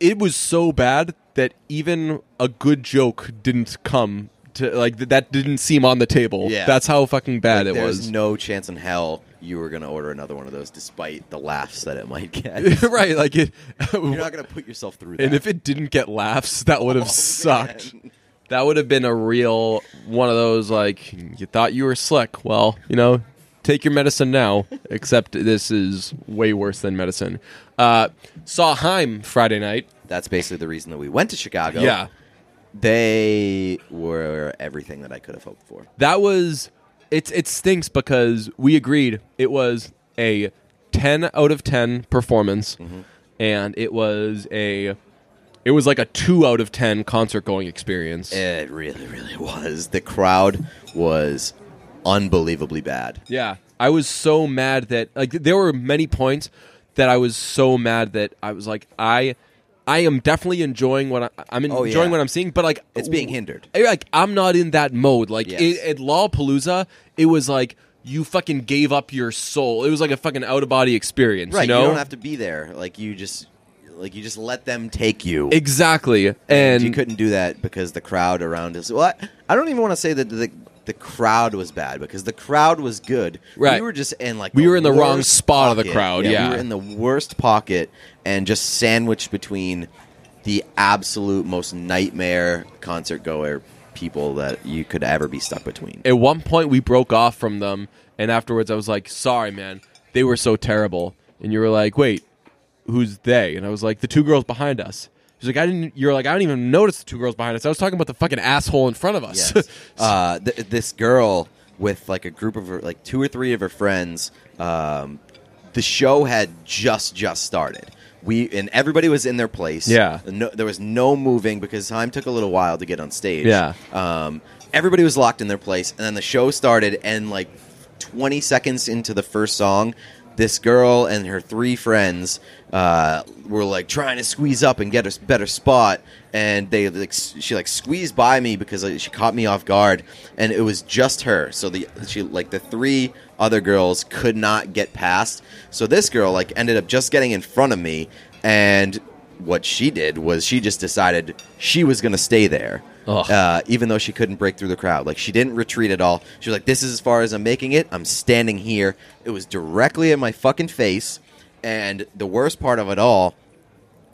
It was so bad that even a good joke didn't come to like th- that didn't seem on the table. Yeah. that's how fucking bad it There was. no chance in hell you were going to order another one of those, despite the laughs that it might get. right, like it. You're not going to put yourself through that. And if it didn't get laughs, that would have sucked. man. That would have been a real one of those like you thought you were slick. Well, you know, take your medicine now. Except this is way worse than medicine. Uh, saw Heim Friday night. That's basically the reason that we went to Chicago. Yeah, They were everything that I could have hoped for. that was it's it stinks because we agreed it was a 10 out of 10 performance and it was a it was like a 2 out of 10 concert going experience It really, really was. The crowd was unbelievably bad. Yeah, I was so mad that like there were many points that I was so mad that I was like I I am definitely enjoying what I, I'm Oh, enjoying yeah. what I'm seeing, but like It's being hindered. I- Like I'm not in that mode. Like Yes. it, at Lollapalooza, it was like you fucking gave up your soul. It was like a fucking out of body experience. Right. You, know? You don't have to be there. Like you just like you just let them take you. exactly. And, you couldn't do that because the crowd around us. Well, I, I don't even want to say that the the crowd was bad because the crowd was good. Right. We were just in like We were in the wrong worst spot of the pocket. crowd, yeah. we were in the worst pocket and just sandwiched between the absolute most nightmare concert goer people that you could ever be stuck between. at one point we broke off from them and afterwards i was like sorry man they were so terrible and you were like wait who's they and i was like the two girls behind us she's like i didn't you're like i didn't even notice the two girls behind us i was talking about the fucking asshole in front of us Yes. uh, th- this girl with like a group of her, like two or three of her friends. Um, the show had just just started. We and everybody was in their place. Yeah. no, there was no moving because time took a little while to get on stage. Yeah. um, everybody was locked in their place, and then the show started. And like twenty seconds into the first song, this girl and her three friends uh, were like trying to squeeze up and get a s- better spot, and they like s- she like squeezed by me because like, she caught me off guard, and it was just her. So the she like the three other girls could not get past. So this girl like ended up just getting in front of me, and what she did was she just decided she was going to stay there. Ugh. Uh, even though she couldn't break through the crowd, like she didn't retreat at all. She was like, "This is as far as I'm making it. I'm standing here." It was directly in my fucking face, and the worst part of it all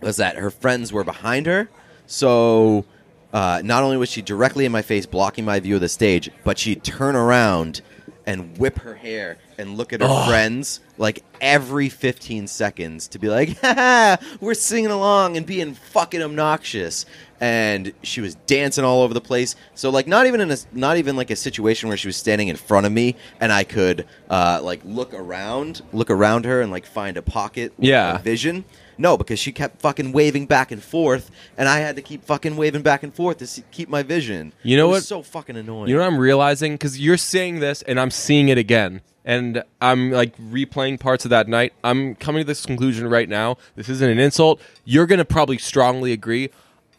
was that her friends were behind her. So uh, not only was she directly in my face, blocking my view of the stage, but she'd turn around and whip her hair and look at her friends like every 15 seconds to be like, "Ha ha, we're singing along and being fucking obnoxious. And she was dancing all over the place. So like, not even in a not even like a situation where she was standing in front of me and I could uh, like look around, look around her and like find a pocket, with Yeah. my vision. No, because she kept fucking waving back and forth, and I had to keep fucking waving back and forth to see, keep my vision. You know It was what? So fucking annoying. You know what I'm realizing? Because you're saying this, and I'm seeing it again. And I'm like replaying parts of that night. I'm coming to this conclusion right now. This isn't an insult. You're going to probably strongly agree.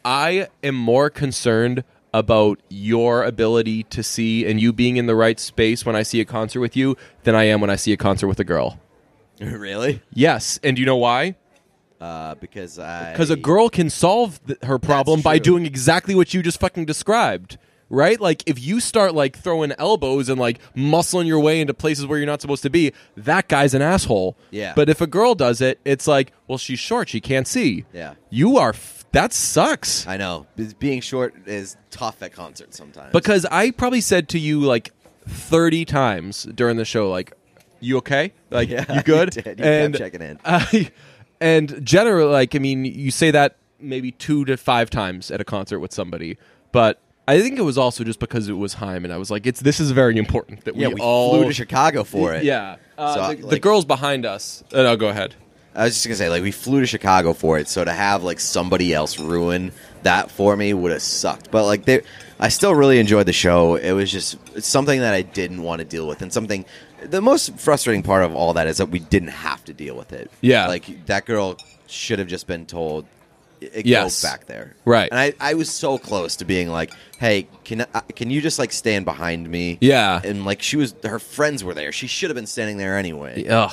I am more concerned about your ability to see and you being in the right space when I see a concert with you than I am when I see a concert with a girl. really? Yes. And do you know why? Uh, because I Because a girl can solve th- her problem by true. doing exactly what you just fucking described, right? Like if you start like throwing elbows and like muscling your way into places where you're not supposed to be, that guy's an asshole. Yeah. But if a girl does it, it's like, well, she's short, she can't see. Yeah. You are. F- that sucks. I know Be- being short is tough at concerts sometimes. Because I probably said to you like 30 times during the show, like, you okay? Like, Yeah, you good? you did. You kept and, checking in. I- and generally, like, I mean, you say that maybe two to five times at a concert with somebody, but. I think it was also just because it was Heim, and I was like, "It's this is very important that yeah, we, we all flew to Chicago for it. Yeah, uh, So, the, the like- girls behind us. Uh, no, go ahead. I was just gonna say, like, we flew to Chicago for it, so to have like somebody else ruin that for me would have sucked. But like, they, I still really enjoyed the show. It was just it's something that I didn't want to deal with, and something. The most frustrating part of all that is that we didn't have to deal with it. Yeah. like that girl should have just been told. It Yes. goes back there, Right. And I, I was so close to being like, "Hey, can I, can you just like stand behind me?" Yeah. and like she was, her friends were there. She should have been standing there anyway. Ugh.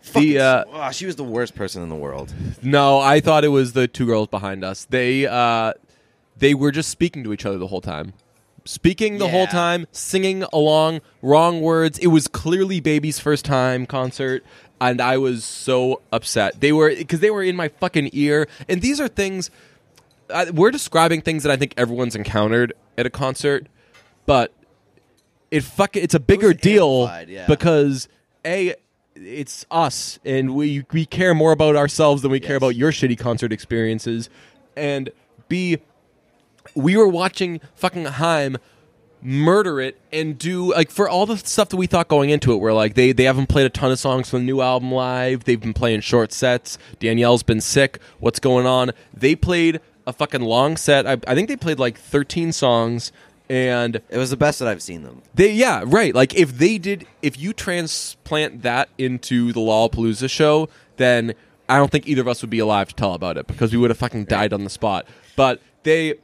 Fucking- The uh, wow, she was the worst person in the world. No, I thought it was the two girls behind us. They uh, they were just speaking to each other the whole time. Speaking the whole Yeah. time, singing along, wrong words. It was clearly Baby's first time concert, and I was so upset. They were because they were in my fucking ear, and these are things I, we're describing things that I think everyone's encountered at a concert, but it fuck it's a bigger deal amplified, yeah. because a it's us and we we care more about ourselves than we Yes. care about your shitty concert experiences, and b we were watching fucking Heim murder it and do like for all the stuff that we thought going into it where like they they haven't played a ton of songs from the new album live they've been playing short sets danielle's been sick what's going on they played a fucking long set i, I think they played like 13 songs and It was the best that I've seen them. they yeah right like if they did if you transplant that into the Lollapalooza show, then I don't think either of us would be alive to tell about it because we would have fucking died on the spot. But they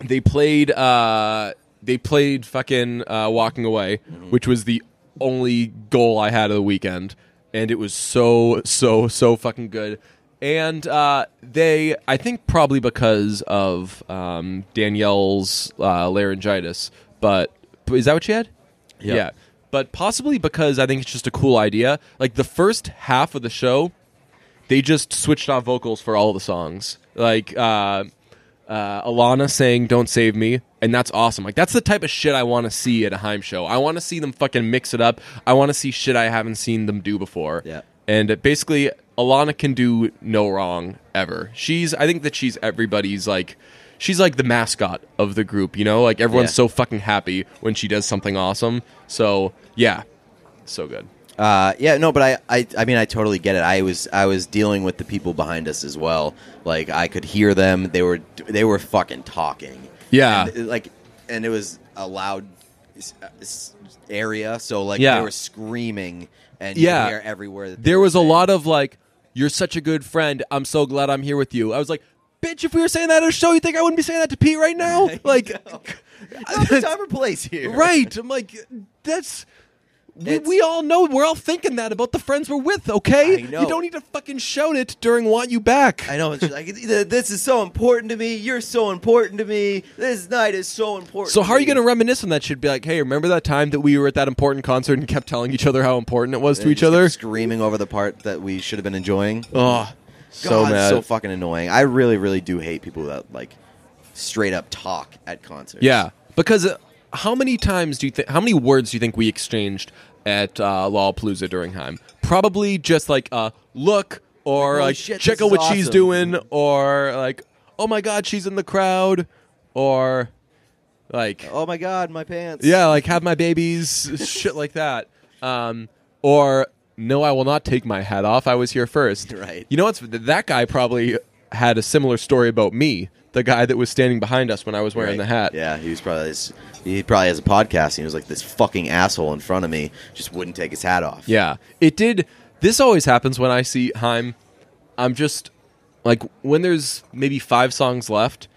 they played uh they played fucking uh, Walking Away, which was the only goal I had of the weekend, and it was so so so fucking good. And uh, they, I think, probably because of um, Danielle's uh, laryngitis, but is that what she had? Yeah. Yeah. But possibly because I think it's just a cool idea. Like the first half of the show, they just switched off vocals for all the songs. Like uh, uh, Alana saying "Don't Save Me," and that's awesome. Like that's the type of shit I want to see at a Heim show. I want to see them fucking mix it up. I want to see shit I haven't seen them do before. Yeah. And uh, basically, Alana can do no wrong ever. She's I think that she's everybody's like. She's like the mascot of the group, you know? Like everyone's Yeah. so fucking happy when she does something awesome. So, yeah. So good. Uh, yeah, no, but I, I, I mean, I totally get it. I was, I was dealing with the people behind us as well. Like I could hear them. They were, they were fucking talking. Yeah. And, uh, like, and it was a loud s- uh, s- area, so like Yeah. they were screaming and Yeah. yeah, hear everywhere. That they there were was a saying. lot of like, "You're such a good friend. I'm so glad I'm here with you." I was like, "Bitch, if we were saying that at a show, you think I wouldn't be saying that to Pete right now?" Like, Not the time or place here. right? I'm like, that's. We, It's- we all know we're all thinking that about the friends we're with. Okay, I you know. don't need to fucking shout it during "Want You Back." I know. It's just like "Th- this is so important to me. You're so important to me. This night is so important. so how are you to going to me." reminisce on that? Should be like, "Hey, remember that time that we were at that important concert and kept telling each other how important it was to And each just kept other?" screaming over the part that we should have been enjoying. Oh, so God, mad. so fucking annoying. I really, really do hate people that like straight up talk at concerts. Yeah, because uh, how many times do you think? How many words do you think we exchanged at uh, Lollapalooza during Heim? Probably just like uh, look Like, or like, "Holy shit, check this out is what she's awesome." doing or like oh my god she's in the crowd or like Oh my god, my pants. yeah like have my babies shit like that um, or no, I will not take my hat off. I was here first. Right. You know what's that guy probably had a similar story about me. The guy that was standing behind us when I was wearing Right. the hat. Yeah, he was probably he probably has a podcast. And he was like this fucking asshole in front of me, just wouldn't take his hat off. Yeah. It did. This always happens when I see Heim. I'm just like when there's maybe five songs left,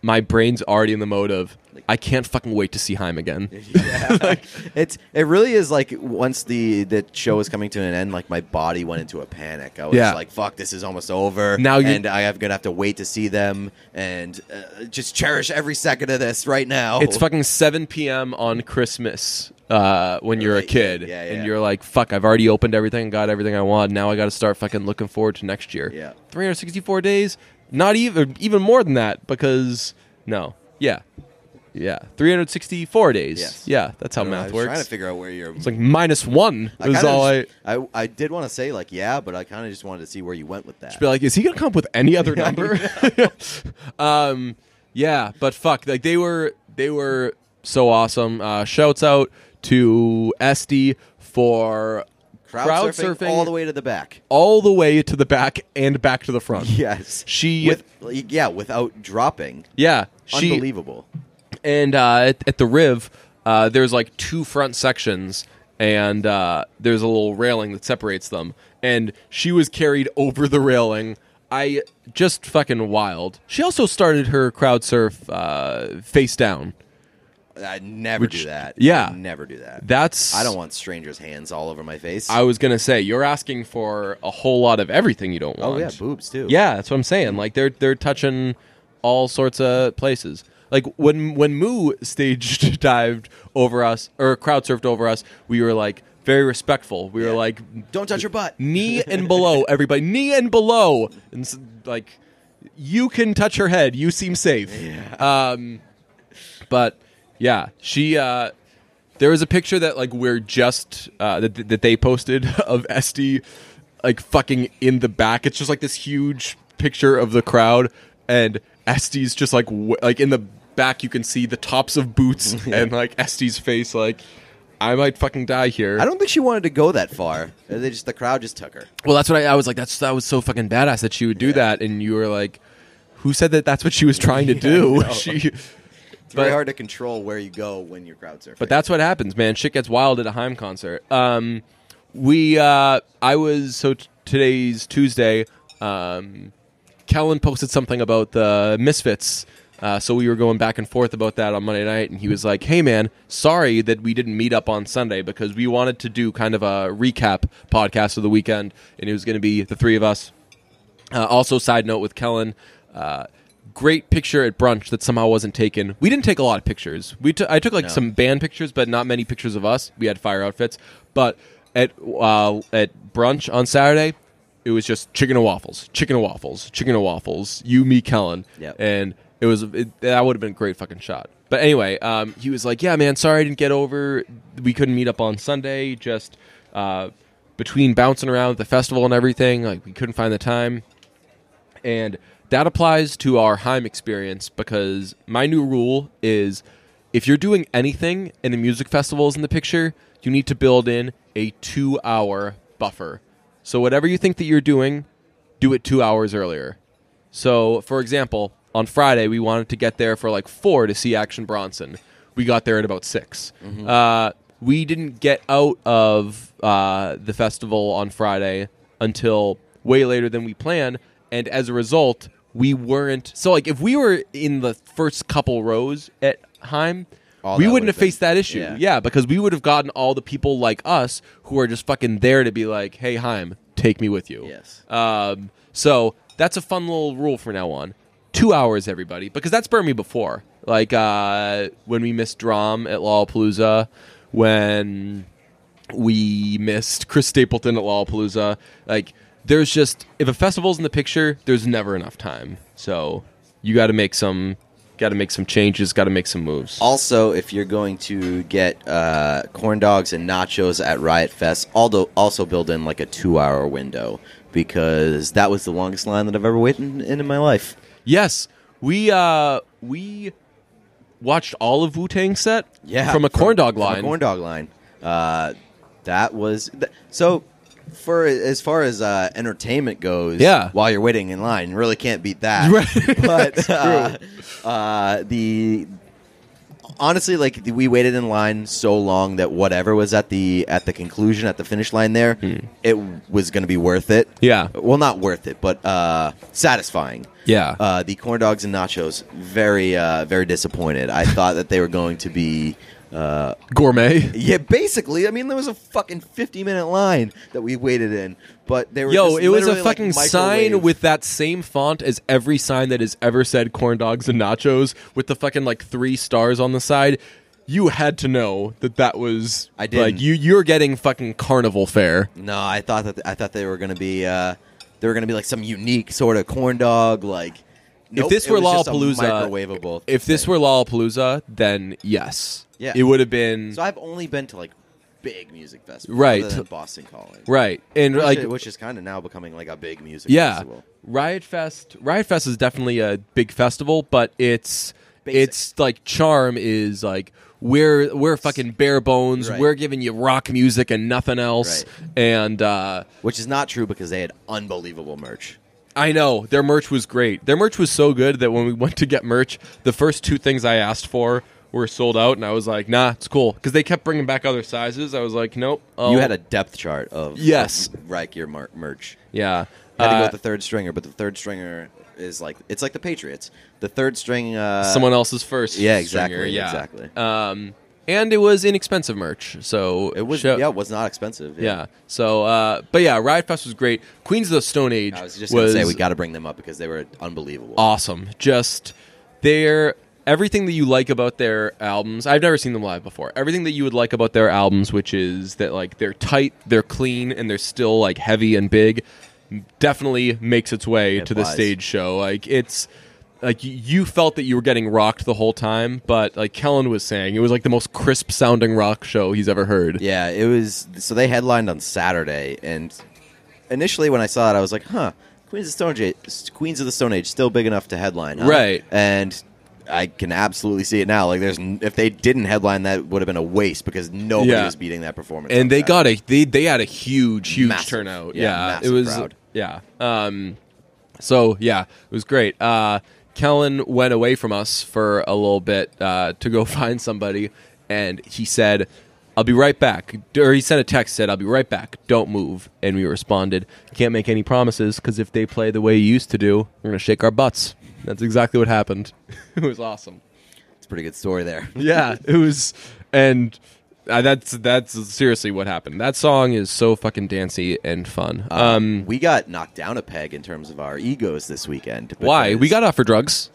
my brain's already in the mode of I can't fucking wait to see Heim again. It's it really is like once the the show was coming to an end, like my body went into a panic. I was Yeah. like, "Fuck, this is almost over." Now you- and I am gonna have to wait to see them and uh, just cherish every second of this right now. It's fucking 7 p.m. on Christmas uh, when you're a Right. kid, Yeah, yeah. and you're like, "Fuck! I've already opened everything, got everything I want. Now I got to start fucking looking forward to next year." Yeah. 364 days, not even even more than that because no, yeah, yeah, 364 days. Yes. Yeah, that's how I math was works. Trying to figure out where you're. it's like minus one I is kinda all I. just- I I did want to say like yeah, but I kind of just wanted to see where you went with that. Be like, is he gonna come up with any other number? um, yeah, but fuck, like they were they were so awesome. Uh, shouts out to Esty for Crowd, surfing, all the way to the back. all the way to the back and back to the front. Yes, She- With, yeah, without dropping. yeah, she Unbelievable. and uh, at, at the Riv, uh, there's like two front sections, and uh, there's a little railing that separates them. And she was carried over the railing. I just fucking wild. She also started her crowd surf uh, face down. I never Which- do that. yeah. I never do that. That's I don't want strangers' hands all over my face. I was gonna say you're asking for a whole lot of everything you don't want. oh yeah, boobs too. Mm. Yeah, that's what I'm saying. Like they're they're touching all sorts of places. Like when when Moo stage dived over us or crowd surfed over us, we were like very respectful. We were Yeah. like Don't touch your butt. knee and below, everybody knee and below, and s- like you can touch her head. You seem safe. Yeah. Um, but yeah, she. Uh, there was a picture that like we're just uh, that that they posted of Esty like fucking in the back. It's just like this huge picture of the crowd, and Esty's just like w- like in the back. You can see the tops of boots and like Esty's face. Like I might fucking die here. I don't think she wanted to go that far. Uh, They just the crowd just took her. Well, that's what I, I was like. That's that was so fucking badass that she would do that, and you were like, "Who said that? That's what she was trying to do." she, It's very But- hard to control where you go when you're crowd surfing. but that's what happens, man. Shit gets wild at a Heim concert. Um, we, uh, I was so t- today's Tuesday. Um, Kellen posted something about the Misfits. Uh, so we were going back and forth about that on Monday night, and he was like, "Hey, man, sorry that we didn't meet up on Sunday because we wanted to do kind of a recap podcast of the weekend, and it was going to be the three of us." Uh, also, side note with Kellen, uh, great picture at brunch that somehow wasn't taken. We didn't take a lot of pictures. We t- I took like some band pictures, but not many pictures of us. We had fire outfits, but at uh, at brunch on Saturday, it was just chicken and waffles, chicken and waffles, chicken and waffles. You, me, Kellen, Yep. and it was it, that would have been a great fucking shot. But anyway, um, he was like, "Yeah, man, sorry I didn't get over. We couldn't meet up on Sunday. Just uh, between bouncing around at the festival and everything, like we couldn't find the time." And that applies to our Heim experience because my new rule is if you're doing anything and a music festival is in the picture, you need to build in a two hour buffer. So whatever you think that you're doing, do it two hours earlier. So, for example, on Friday, we wanted to get there for like four to see Action Bronson. We got there at about 6 Mm-hmm. Uh, we didn't get out of uh, the festival on Friday until way later than we planned. And as a result, we weren't. So, like, if we were in the first couple rows at Heim, All we Oh, that wouldn't would've have faced been- that issue. yeah. yeah, because we would have gotten all the people like us who are just fucking there to be like, hey, Heim, take me with you. Yes. Um, so that's a fun little rule for now on. Two hours, everybody, because that's burned me before. Like uh, when we missed Drum at Lollapalooza, when we missed Chris Stapleton at Lollapalooza. Like there's just if a festival's in the picture, there's never enough time. So you got to make some, got to make some changes, got to make some moves. also if you're going to get uh, corn dogs and nachos at Riot Fest, although also build in like a two hour window because that was the longest line that I've ever waited in, in my life. Yes, we uh we watched all of Wu Tang set Yeah, from a corn dog from a line. corn dog line. Uh, that was th- so. for as far as uh, entertainment goes, Yeah. while you're waiting in line, you really can't beat that. Right. But uh, uh, the honestly, like the- we waited in line so long that whatever was at the at the conclusion at the finish line there, it was going to be worth it. Hmm. Yeah. Well, not worth it, but uh, satisfying. Yeah. Uh, the corn dogs and nachos, very uh, very disappointed. I thought that they were going to be. Uh, Gourmet. yeah, basically. I mean, there was a fucking fifty-minute line that we waited in, but they were Yo, just it was a literally, like, fucking sign microwave- with that same font as every sign that has ever said corn dogs and nachos with the fucking like three stars on the side. You had to know that that was I like didn't. you you're getting fucking carnival fare. No, I thought that I thought they were gonna be uh, they were gonna be like some unique sort of corn dog like. nope, this it were was just a Lollapalooza- microwavable. If this were Lollapalooza, then yes. Yeah. It would have been so, I've only been to like big music festivals, Right. Other than Boston Calling, right. And Which, like is- which is kind of now becoming like a big music yeah. festival. Riot Fest Riot Fest is definitely a big festival, but it's Basic. it's like charm is like we're we're fucking bare bones. Right. We're giving you rock music and nothing else. And uh Which is not true because they had unbelievable merch. I know their merch was great. Their merch was so good that when we went to get merch, the first two things I asked for were sold out, and I was like, "Nah, it's cool." Because they kept bringing back other sizes. I was like, "Nope." Oh. You had a depth chart of Yes. of Reich your mer- merch. yeah. had to go Uh, with the third stringer, but the third stringer is like it's like the Patriots. The third string, uh, someone else's first. Yeah, stringer, exactly, yeah. exactly. Um, and it was inexpensive merch, so It was show- yeah, it was not expensive. yeah. So, uh, but yeah, Riot Fest was great. Queens of the Stone Age I was just gonna say we got to bring them up because they were unbelievable. awesome. Just their everything that you like about their albums. I've never seen them live before. Everything that you would like about their albums, which is that like they're tight, they're clean, and they're still like heavy and big. Definitely makes its way It to the was. stage show. Like it's like y- you felt that you were getting rocked the whole time, but like Kellen was saying, it was like the most crisp sounding rock show he's ever heard. Yeah, it was. So they headlined on Saturday, and initially when I saw it, I was like, "Huh, Queens of Stone Age, Queens of the Stone Age, still big enough to headline, huh? Right. And I can absolutely see it now. Like, there's n- if they didn't headline, that would have been a waste because nobody Yeah. was beating that performance. on and they Saturday. got a they they had a huge huge Massive. turnout. Yeah, Yeah, massive it was crowd. yeah. Um, so yeah, it was great. Uh, Kellen went away from us for a little bit uh, to go find somebody, and he said, "I'll be right back." Or he sent a text said, "I'll be right back. Don't move." And we responded, "Can't make any promises because if they play the way you used to do, we're gonna shake our butts." That's exactly what happened. it was awesome. it's a pretty good story there. Yeah, it was, and uh, that's that's seriously what happened. That song is so fucking dancey and fun. um, we got knocked down a peg in terms of our egos this weekend. why we because- got off for drugs?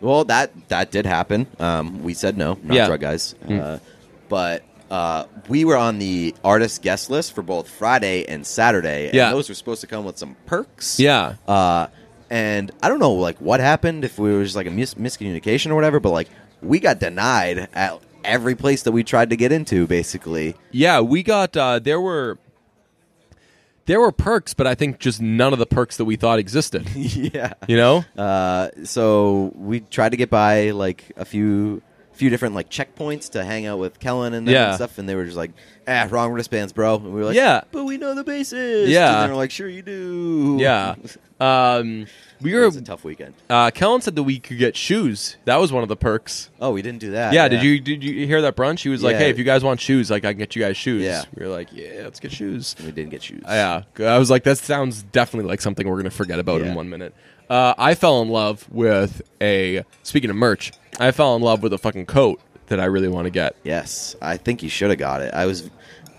Well, that that did happen. Um, we said no, not Yeah. Mm. drug guys. Uh, but uh, we were on the artist guest list for both Friday and Saturday, and Yeah. those were supposed to come with some perks. Yeah, Uh, and I don't know like what happened if we were just like a mis- miscommunication or whatever, but like we got denied at every place that we tried to get into, basically. yeah, we got uh, there were there were perks, but I think just none of the perks that we thought existed. yeah. You know? Uh, so we tried to get by like a few few different like checkpoints to hang out with Kellen and, them Yeah. and stuff, and they were just like, "Ah, wrong wristbands, bro." And we were like, Yeah. but we know the bassist." Yeah. and they were like, "Sure, you do." Yeah. it Um, we were. was a tough weekend. Uh, Kellen said that we could get shoes. That was one of the perks. Oh, we didn't do that. yeah, did you did you hear that brunch? He was like, Yeah. "Hey, if you guys want shoes, like I can get you guys shoes." Yeah. we were like, "Yeah, let's get shoes." We didn't get shoes. Yeah, I was like, that sounds definitely like something we're gonna forget about in Yeah. one minute. Uh, I fell in love with a. Speaking of merch, I fell in love with a fucking coat that I really want to get. Yes, I think you should have got it. I was.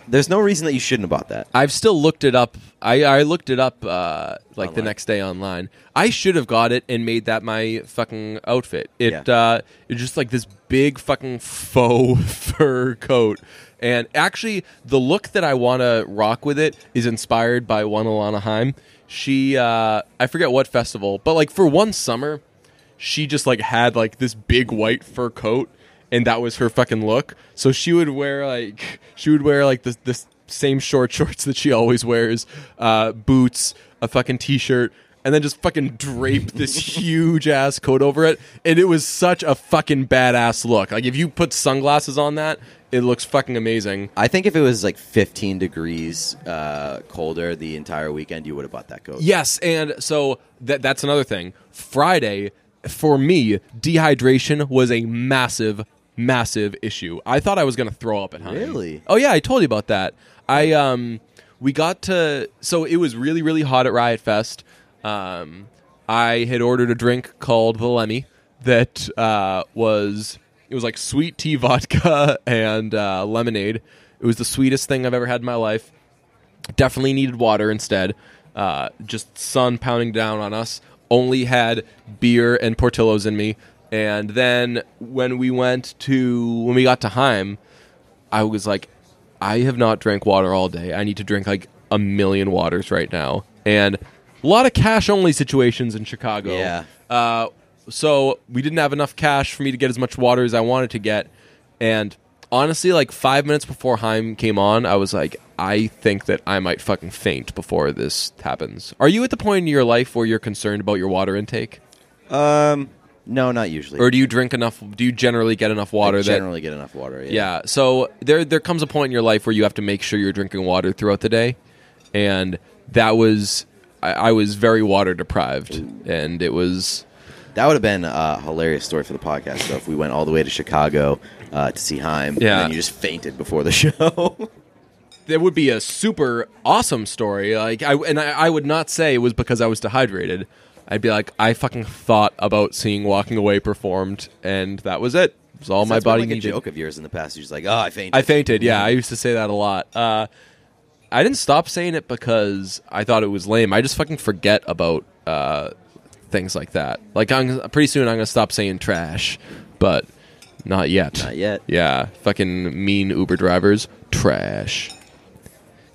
There's no reason that you shouldn't have bought that. I've still looked it up. I, I looked it up uh, like the Online. next day online. I should have got it and made that my fucking outfit. It Yeah. uh, it's just like this big fucking faux fur coat. And actually, the look that I want to rock with it is inspired by one Alana Heim. She uh, I forget what festival, but like for one summer, she just like had like this big white fur coat and that was her fucking look so she would wear like she would wear like this this same short shorts that she always wears uh boots a fucking t-shirt and then just fucking drape this huge ass coat over it. And it was such a fucking badass look. Like if you put sunglasses on that, it looks fucking amazing. I think if it was like 15 degrees uh, colder the entire weekend, you would have bought that coat. Yes, and so that that's another thing. Friday for me, dehydration was a massive massive issue. I thought I was going to throw up at home. Really? Oh yeah, I told you about that. I um we got to so it was really really hot at Riot Fest. Um I had ordered a drink called the Lemmy that uh was it was like sweet tea vodka and uh, lemonade. It was the sweetest thing I've ever had in my life definitely needed water instead. Uh, just sun pounding down on us. Only had beer and Portillo's in me. And then when we went to when we got to Heim, I was like, I have not drank water all day. I need to drink like a million waters right now. And a lot of cash only situations in Chicago. Yeah. Uh, so we didn't have enough cash for me to get as much water as I wanted to get. And honestly, like five minutes before Heim came on, I was like, I think that I might fucking faint before this happens. Are you at the point in your life where you're concerned about your water intake? Um, no, not usually. Or do you drink enough? Do you generally get enough water I that generally get enough water. Yeah. yeah. So there there comes a point in your life where you have to make sure you're drinking water throughout the day, and that was I, I was very water deprived, and it was That would have been a hilarious story for the podcast, though, if we went all the way to Chicago uh, to see Heim. Yeah. And then you just fainted before the show. that would be a super awesome story. Like I and I, I would not say it was because I was dehydrated. I'd be like, I fucking thought about seeing Walking Away performed, and that was it. It was all my That's body been, like needed. a joke of yours in the past. You're just like, oh, I fainted. I fainted. Yeah, I used to say that a lot. Uh, I didn't stop saying it because I thought it was lame. I just fucking forget about uh, things like that. Like, I'm, pretty soon I'm gonna stop saying trash, but not yet. Not yet. Yeah, fucking mean Uber drivers, trash.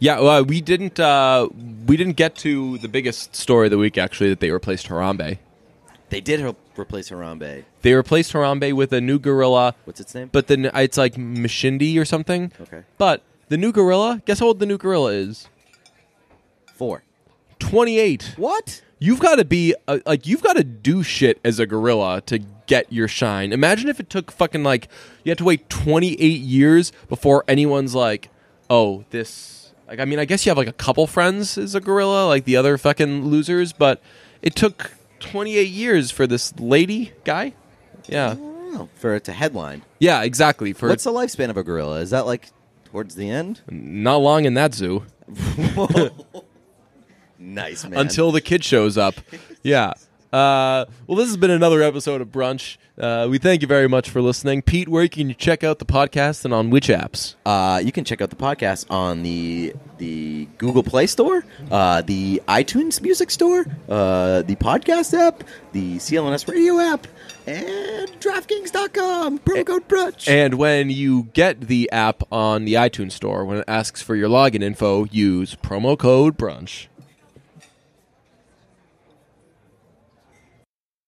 Yeah, well, we didn't. Uh, we didn't get to the biggest story of the week actually that they replaced Harambe. They did re- replace Harambe. They replaced Harambe with a new gorilla. What's its name? But then it's like Mashindi or something. Okay. But the new gorilla, guess how old the new gorilla is? four. 28. What? You've got to be uh, like you've got to do shit as a gorilla to get your shine. Imagine if it took fucking like you had to wait 28 years before anyone's like, "Oh, this like I mean, I guess you have like a couple friends as a gorilla, like the other fucking losers, but it took 28 years for this lady guy. Yeah. Oh, for it to headline. Yeah, exactly. For What's the lifespan of a gorilla? Is that like towards the end? not long in that zoo. Nice man. until the kid shows up. Yeah. Uh, well, this has been another episode of Brunch. Uh, we thank you very much for listening. Pete, where can you check out the podcast and on which apps? Uh, you can check out the podcast on the the Google Play Store, uh, the iTunes Music Store, uh, the podcast app, the CLNS Radio app, and DraftKings.com. Promo code Brunch. And when you get the app on the iTunes store, when it asks for your login info, use promo code Brunch.